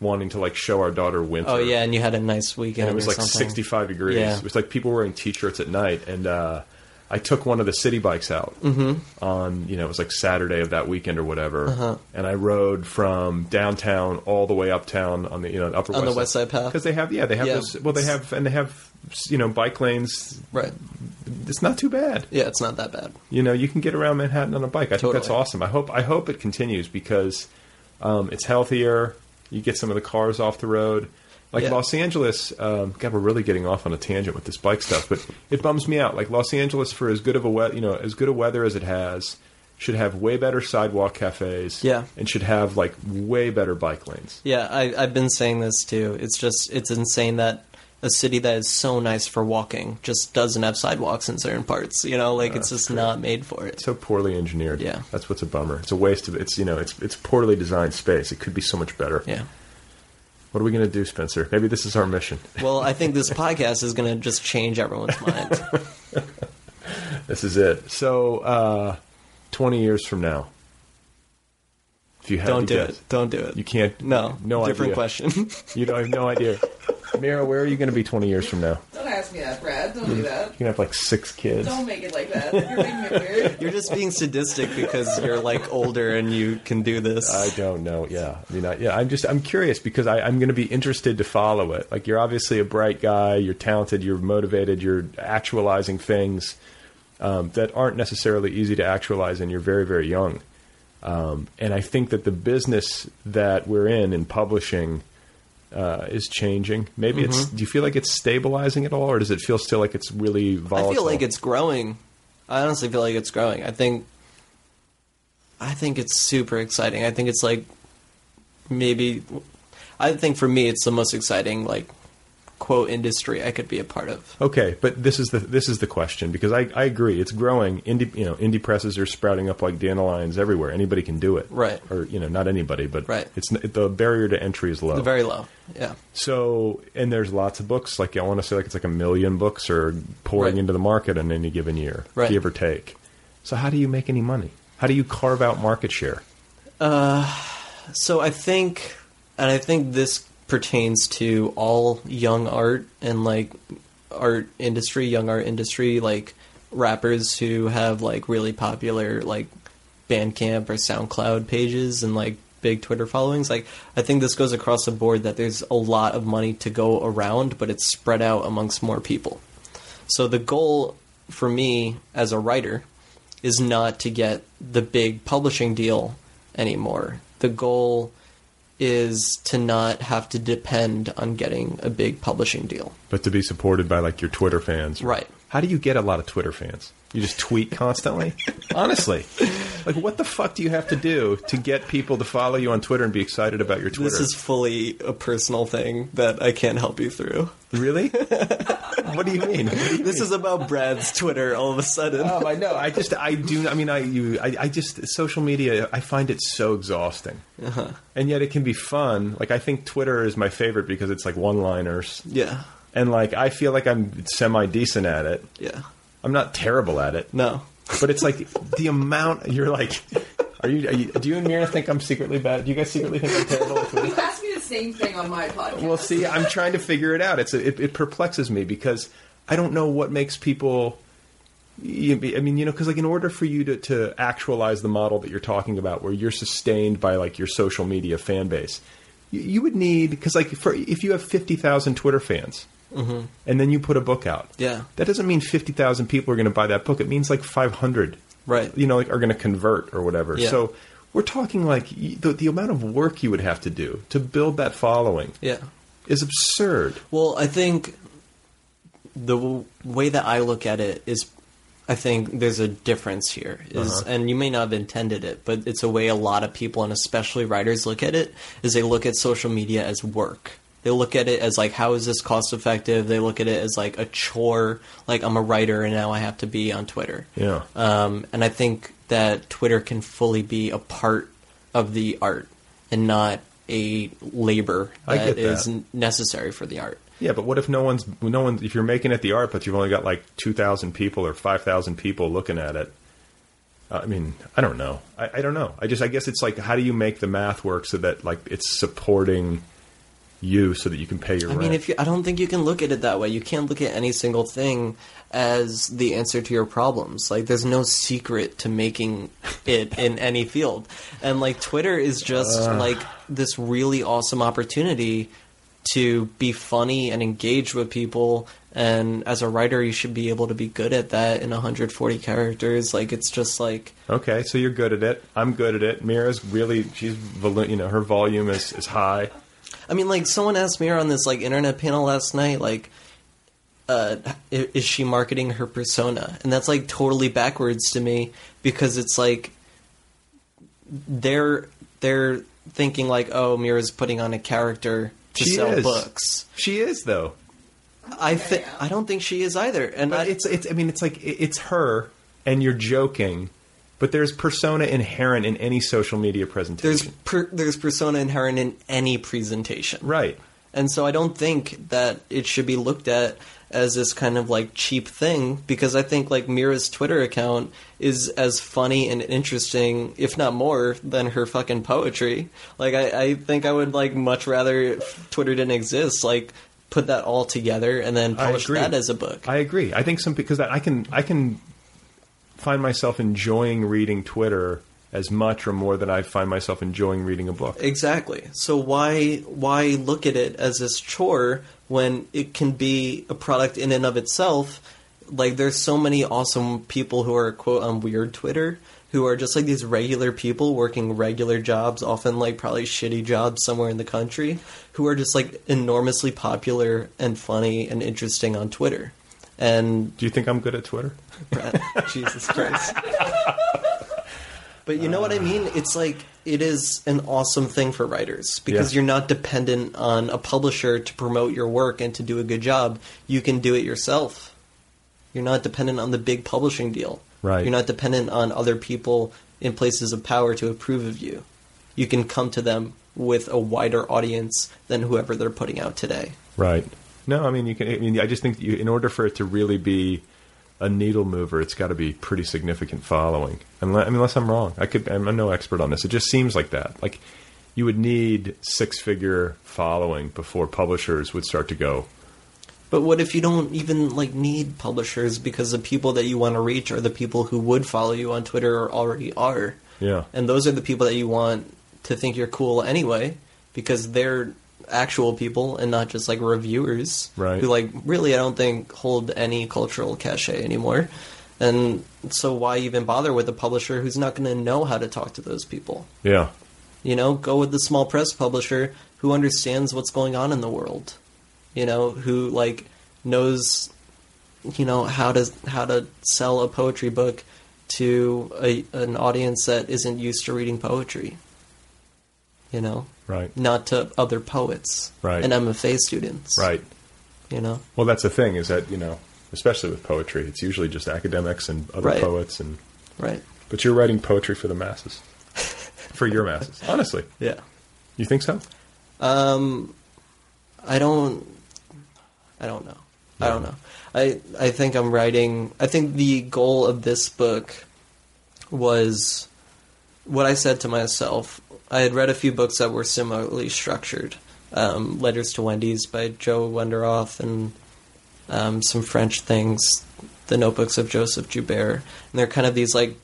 C: wanting to like show our daughter winter.
N: Oh yeah, and you had a nice
C: and
N: weekend.
C: it was
N: or
C: like
N: something.
C: 65 degrees.
N: Yeah.
C: It was like people wearing t-shirts at night, and uh, I took one of the city bikes out
N: Mhm.
C: on you know it was like Saturday of that weekend or whatever,
N: Uh-huh.
C: and I rode from downtown all the way uptown on the you know upper
N: on
C: west
N: the west side path
C: because they have yeah they have
N: Yeah.
C: those well they have and they have you know bike lanes
N: right.
C: It's not too bad.
N: Yeah, it's not that bad.
C: You know, you can get around Manhattan on a bike. I think that's
N: Totally.
C: awesome. I hope I hope it continues because um, it's healthier. You get some of the cars off the road. Like
N: Yeah.
C: Los Angeles, um, God, we're really getting off on a tangent with this bike stuff, but it bums me out. Like Los Angeles, for as good of a we- you know as good a weather as it has, should have way better sidewalk cafes.
N: Yeah.
C: and should have like way better bike lanes.
N: Yeah, I, I've been saying this too. It's just it's insane that a city that is so nice for walking just doesn't have sidewalks in certain parts. You know, like it's just not made for it.
C: So poorly engineered.
N: Yeah.
C: that's what's a bummer. It's a waste of it's you know it's it's poorly designed space. It could be so much better.
N: Yeah.
C: What are we going to do, Spencer? Maybe this is our mission.
N: Well, I think this podcast is going to just change everyone's mind.
C: This is it. So, uh, 20 years from now, if you had to
N: Don't do
C: guess-
N: it. Don't do it.
C: You can't.
N: No.
C: no
N: Different
C: idea.
N: question.
C: you don't have no idea. Mira, where are you going to be 20 years from now?
P: Don't ask me that, Brad. Don't do
C: You're
P: that.
C: going to have like six kids.
P: Don't make it like that. You're making it weird.
N: You're just being sadistic because you're like older and you can do this.
C: I don't know. Yeah, I mean, I, yeah. I'm just I'm curious because I, I'm going to be interested to follow it. Like you're obviously a bright guy. You're talented. You're motivated. You're actualizing things um, that aren't necessarily easy to actualize, and you're very very young. Um, and I think that the business that we're in in publishing uh, is changing. Maybe it's.
N: Mhm.
C: Do you feel like it's stabilizing at all, or does it feel still like it's really volatile?
N: I feel like it's growing. I honestly feel like it's growing. I think I think it's super exciting. I think it's like maybe I think for me it's the most exciting like quote industry I could be a part of.
C: Okay, but this is the this is the question because I, I agree it's growing. Indie you know indie presses are sprouting up like dandelions everywhere. Anybody can do it,
N: Right.
C: Or you know not anybody, but
N: Right.
C: It's n- the barrier to entry is low.
N: They're very low. Yeah.
C: so and there's lots of books. Like I want to say like it's like a million books are pouring
N: Right.
C: into the market in any given year,
N: Right.
C: give or take. So how do you make any money? How do you carve out market share?
N: Uh, so I think, and I think this pertains to all young art and like art industry, young art industry, like rappers who have like really popular like Bandcamp or SoundCloud pages and like big Twitter followings. Like I think this goes across the board that there's a lot of money to go around, but it's spread out amongst more people. So the goal for me as a writer is not to get the big publishing deal anymore. The goal is to not have to depend on getting a big publishing deal.
C: But to be supported by like your Twitter fans,
N: Right.
C: How do you get a lot of Twitter fans? You just tweet constantly? Honestly. Like what the fuck do you have to do to get people to follow you on Twitter and be excited about your Twitter?
N: This is fully a personal thing that I can't help you through.
C: Really? what do you mean? This
N: is about Brad's Twitter all of a sudden.
C: Um, I know. I just, I do. I mean, I, you, I, I just social media. I find it so exhausting,
N: Uh-huh.
C: and yet it can be fun. Like I think Twitter is my favorite because it's like one-liners.
N: Yeah.
C: and like I feel like I'm semi decent at it.
N: Yeah.
C: I'm not terrible at it.
N: No,
C: but it's like the amount you're like. Are you, are you? Do you and Mira think I'm secretly bad? Do you guys secretly think I'm terrible at Twitter?
P: You asked me the same thing on my podcast.
C: Well, see, I'm trying to figure it out. It's a, it, it perplexes me because I don't know what makes people. You, I mean, you know, because like in order for you to, to actualize the model that you're talking about, where you're sustained by like your social media fan base, you, you would need because like for if you have fifty thousand Twitter fans,
N: Mhm.
C: and then you put a book out,
N: Yeah.
C: that doesn't mean fifty thousand people are going to buy that book. It means like five hundred,
N: Right.
C: You know, like are going to convert or whatever.
N: Yeah.
C: So we're talking like y- the, the amount of work you would have to do to build that following
N: Yeah.
C: is absurd.
N: Well, I think the w- way that I look at it is, I think there's a difference here. Is-
C: Uh-huh.
N: and you may not have intended it, but it's a way a lot of people and especially writers look at it. Is they look at social media as work. They look at it as like, how is this cost effective? They look at it as like a chore. Like I'm a writer and now I have to be on Twitter.
C: Yeah.
N: Um, and I think that Twitter can fully be a part of the art and not a labor
C: I
N: that
C: get that.
N: is n- necessary for the art.
C: Yeah, but what if no one's no one's if you're making it the art, but you've only got like two thousand people or five thousand people looking at it? Uh, I mean, I don't know. I, I don't know. I just I guess it's like how do you make the math work so that like it's supporting you so that you can pay your
N: I
C: rent?
N: mean, if you, I don't think you can look at it that way. You can't look at any single thing as the answer to your problems. Like, there's no secret to making it in any field. And like, Twitter is just
Q: Ugh.
N: like this really awesome opportunity to be funny and engage with people. And as a writer, you should be able to be good at that in 140 characters. Like, it's just like
C: Okay, so you're good at it. I'm good at it. Mira's really she's volu- you know her volume is is high.
N: I mean, like someone asked me on this like internet panel last night, like, uh, i- is she marketing her persona? And that's like totally backwards to me because it's like they're they're thinking like, oh, Mira's putting on a character to
C: She
N: sell
C: is.
N: books.
C: She is though.
N: I thi- I don't think she is either. And
C: but it's it's I mean it's like it- it's her and you're joking, but there's persona inherent in any social media presentation.
N: there's per- there's persona inherent in any presentation,
C: right?
N: And so I don't think that it should be looked at as this kind of like cheap thing because I think like Mira's Twitter account is as funny and interesting, if not more, than her fucking poetry. Like I, I think I would like much rather if Twitter didn't exist. Like put that all together and then
C: I
N: publish
C: agree.
N: that as a book.
C: I agree. I think some because I can I can find myself enjoying reading Twitter as much or more than I find myself enjoying reading a book.
N: Exactly. So why why look at it as this chore when it can be a product in and of itself? Like there's so many awesome people who are quote on weird Twitter who are just like these regular people working regular jobs, often like probably shitty jobs somewhere in the country, who are just like enormously popular and funny and interesting on Twitter. And
C: do you think I'm good at Twitter?
N: Jesus Christ. But you know what I mean? It's like it is an awesome thing for writers because
C: Yeah.
N: you're not dependent on a publisher to promote your work and to do a good job. You can do it yourself. You're not dependent on the big publishing deal.
C: Right.
N: You're not dependent on other people in places of power to approve of you. You can come to them with a wider audience than whoever they're putting out today.
C: Right. No, I mean you can. I mean, I just think you, in order for it to really be a needle mover, it's got to be pretty significant following. Unless, I mean, unless I'm wrong, I could. I'm no expert on this. It just seems like that. Like you would need six figure following before publishers would start to go.
N: But what if you don't even like need publishers because the people that you want to reach are the people who would follow you on Twitter or already are?
C: Yeah.
N: And those are the people that you want to think you're cool anyway, because they're actual people and not just like reviewers.
C: Right.
N: Who like really I don't think hold any cultural cachet anymore. And so why even bother with a publisher who's not gonna know how to talk to those people?
C: Yeah.
N: You know, go with the small press publisher who understands what's going on in the world. You know, who like knows you know how to how to sell a poetry book to a, an audience that isn't used to reading poetry. You know,
C: Right.
N: Not to other poets,
C: Right.
N: And MFA students,
C: Right.
N: You know,
C: Well, that's the thing is that you know, especially with poetry, it's usually just academics and other
N: Right.
C: poets and.
N: Right.
C: But you're writing poetry for the masses, for your masses. Honestly.
N: Yeah.
C: You think so?
N: Um, I don't. I don't know. I don't know. I I think I'm writing. I think the goal of this book was what I said to myself. I had read a few books that were similarly structured. Um, Letters to Wendy's by Joe Wenderoth and um, some French things. The Notebooks of Joseph Joubert, and they're kind of these like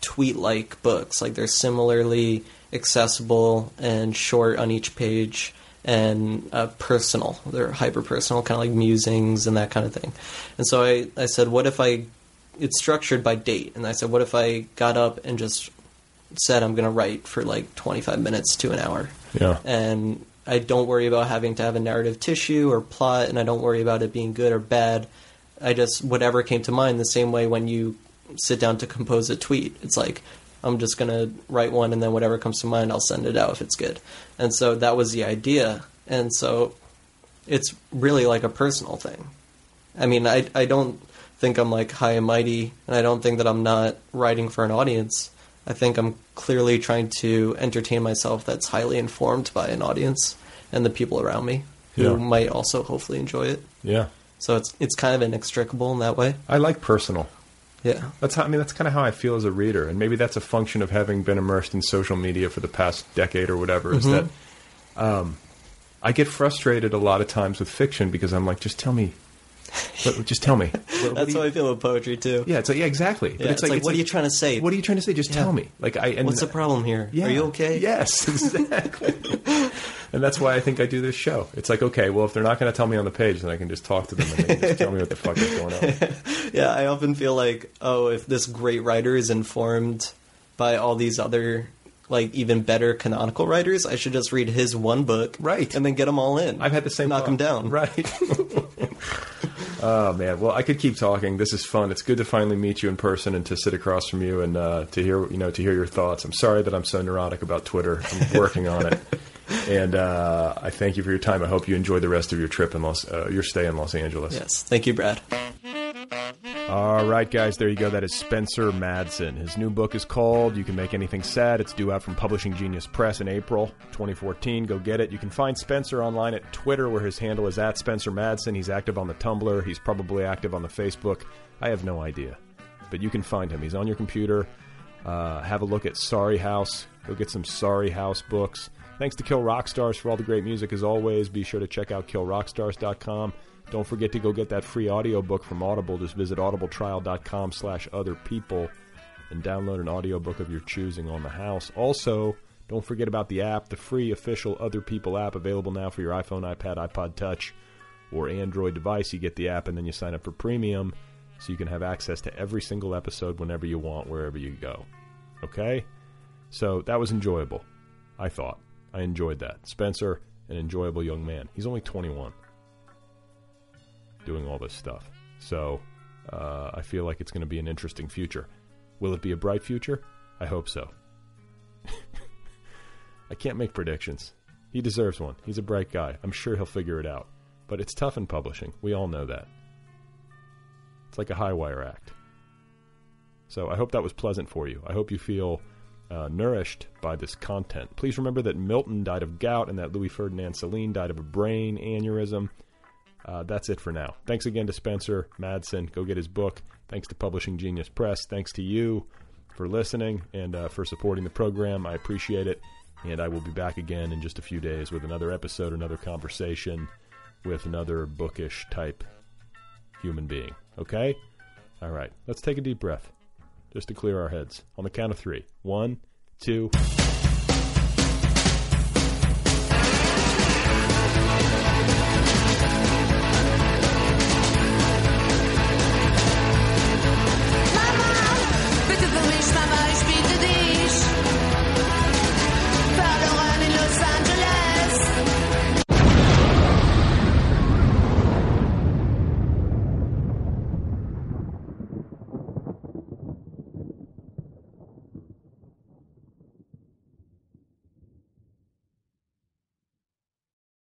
N: tweet like books. Like they're similarly accessible and short on each page and uh, personal. They're hyper personal, kind of like musings and that kind of thing. And so I, I said, what if I, it's structured by date. And I said, what if I got up and just said I'm going to write for like 25 minutes to an hour?
C: Yeah.
N: and I don't worry about having to have a narrative tissue or plot, and I don't worry about it being good or bad. I just whatever came to mind. The same way when you sit down to compose a tweet, it's like I'm just gonna write one, and then whatever comes to mind, I'll send it out if it's good. And so that was the idea, and so it's really like a personal thing. I mean, I I don't think I'm like high and mighty, and I don't think that I'm not writing for an audience. I think I'm clearly trying to entertain myself that's highly informed by an audience and the people around me who
R: Yeah.
N: might also hopefully enjoy it.
R: Yeah.
N: So it's it's kind of inextricable in that way.
R: I like personal.
N: Yeah.
R: That's how I mean that's kind of how I feel as a reader and maybe that's a function of having been immersed in social media for the past decade or whatever is
N: Mhm.
R: that um, I get frustrated a lot of times with fiction because I'm like just tell me But- just tell me. What- what
N: That's
R: do
N: how I feel with poetry too.
R: Yeah, it's like yeah, exactly.
N: Yeah, it's like, what are you trying to say?
R: What are you trying to say? Just tell me. Like I and
N: What's the problem here?
R: Yeah.
N: Are you okay?
R: Yes, exactly. and that's why I think I do this show. It's like okay, well if they're not going to tell me on the page, then I can just talk to them and they can just tell me what the fuck is going on.
N: yeah, I often feel like, oh, if this great writer is informed by all these other, like even better canonical writers, I should just read his one book, right, and then get them all in. I've had the same. Knock them down,
R: right. Oh man, well I could keep talking. This is fun. It's good to finally meet you in person and to sit across from you and uh, to hear you know to hear your thoughts. I'm sorry that I'm so neurotic about Twitter. I'm working on it. And uh, I thank you for your time. I hope you enjoy the rest of your trip in Los, uh, your stay in Los Angeles.
N: Yes, thank you, Brad.
C: All right, guys, there you go. That is Spencer Madsen. His new book is called You Can Make Anything Sad. It's due out from Publishing Genius Press in April 2014. Go get it. You can find Spencer online at Twitter, where his handle is at Spencer Madsen. He's active on the Tumblr. He's probably active on the Facebook. I have no idea. But you can find him. He's on your computer. Uh, have a look at Sorry House. Go get some Sorry House books. Thanks to Kill Rock Stars for all the great music as always. Be sure to check out killrockstars.com. Don't forget to go get that free audiobook from Audible. Just visit audibletrial.com slash other people and download an audiobook of your choosing on the house. Also, don't forget about the app, the free official Other People app available now for your iPhone, iPad, iPod Touch, or Android device. You get the app and then you sign up for premium so you can have access to every single episode whenever you want, wherever you go. Okay? So that was enjoyable, I thought. I enjoyed that. Spencer, an enjoyable young man. He's only 21 doing all this stuff. So uh, I feel like it's going to be an interesting future. Will it be a bright future? I hope so. I can't make predictions. He deserves one. He's a bright guy. I'm sure he'll figure it out. But it's tough in publishing. We all know that. It's like a high wire act. So I hope that was pleasant for you. I hope you feel uh, nourished by this content. Please remember that Milton died of gout and that Louis Ferdinand Celine died of a brain aneurysm. Uh, that's it for now. Thanks again to Spencer Madsen. Go get his book. Thanks to Publishing Genius Press. Thanks to you for listening and uh, for supporting the program. I appreciate it. And I will be back again in just a few days with another episode, another conversation with another bookish type human being. Okay? All right. Let's take a deep breath just to clear our heads on the count of three. One, two.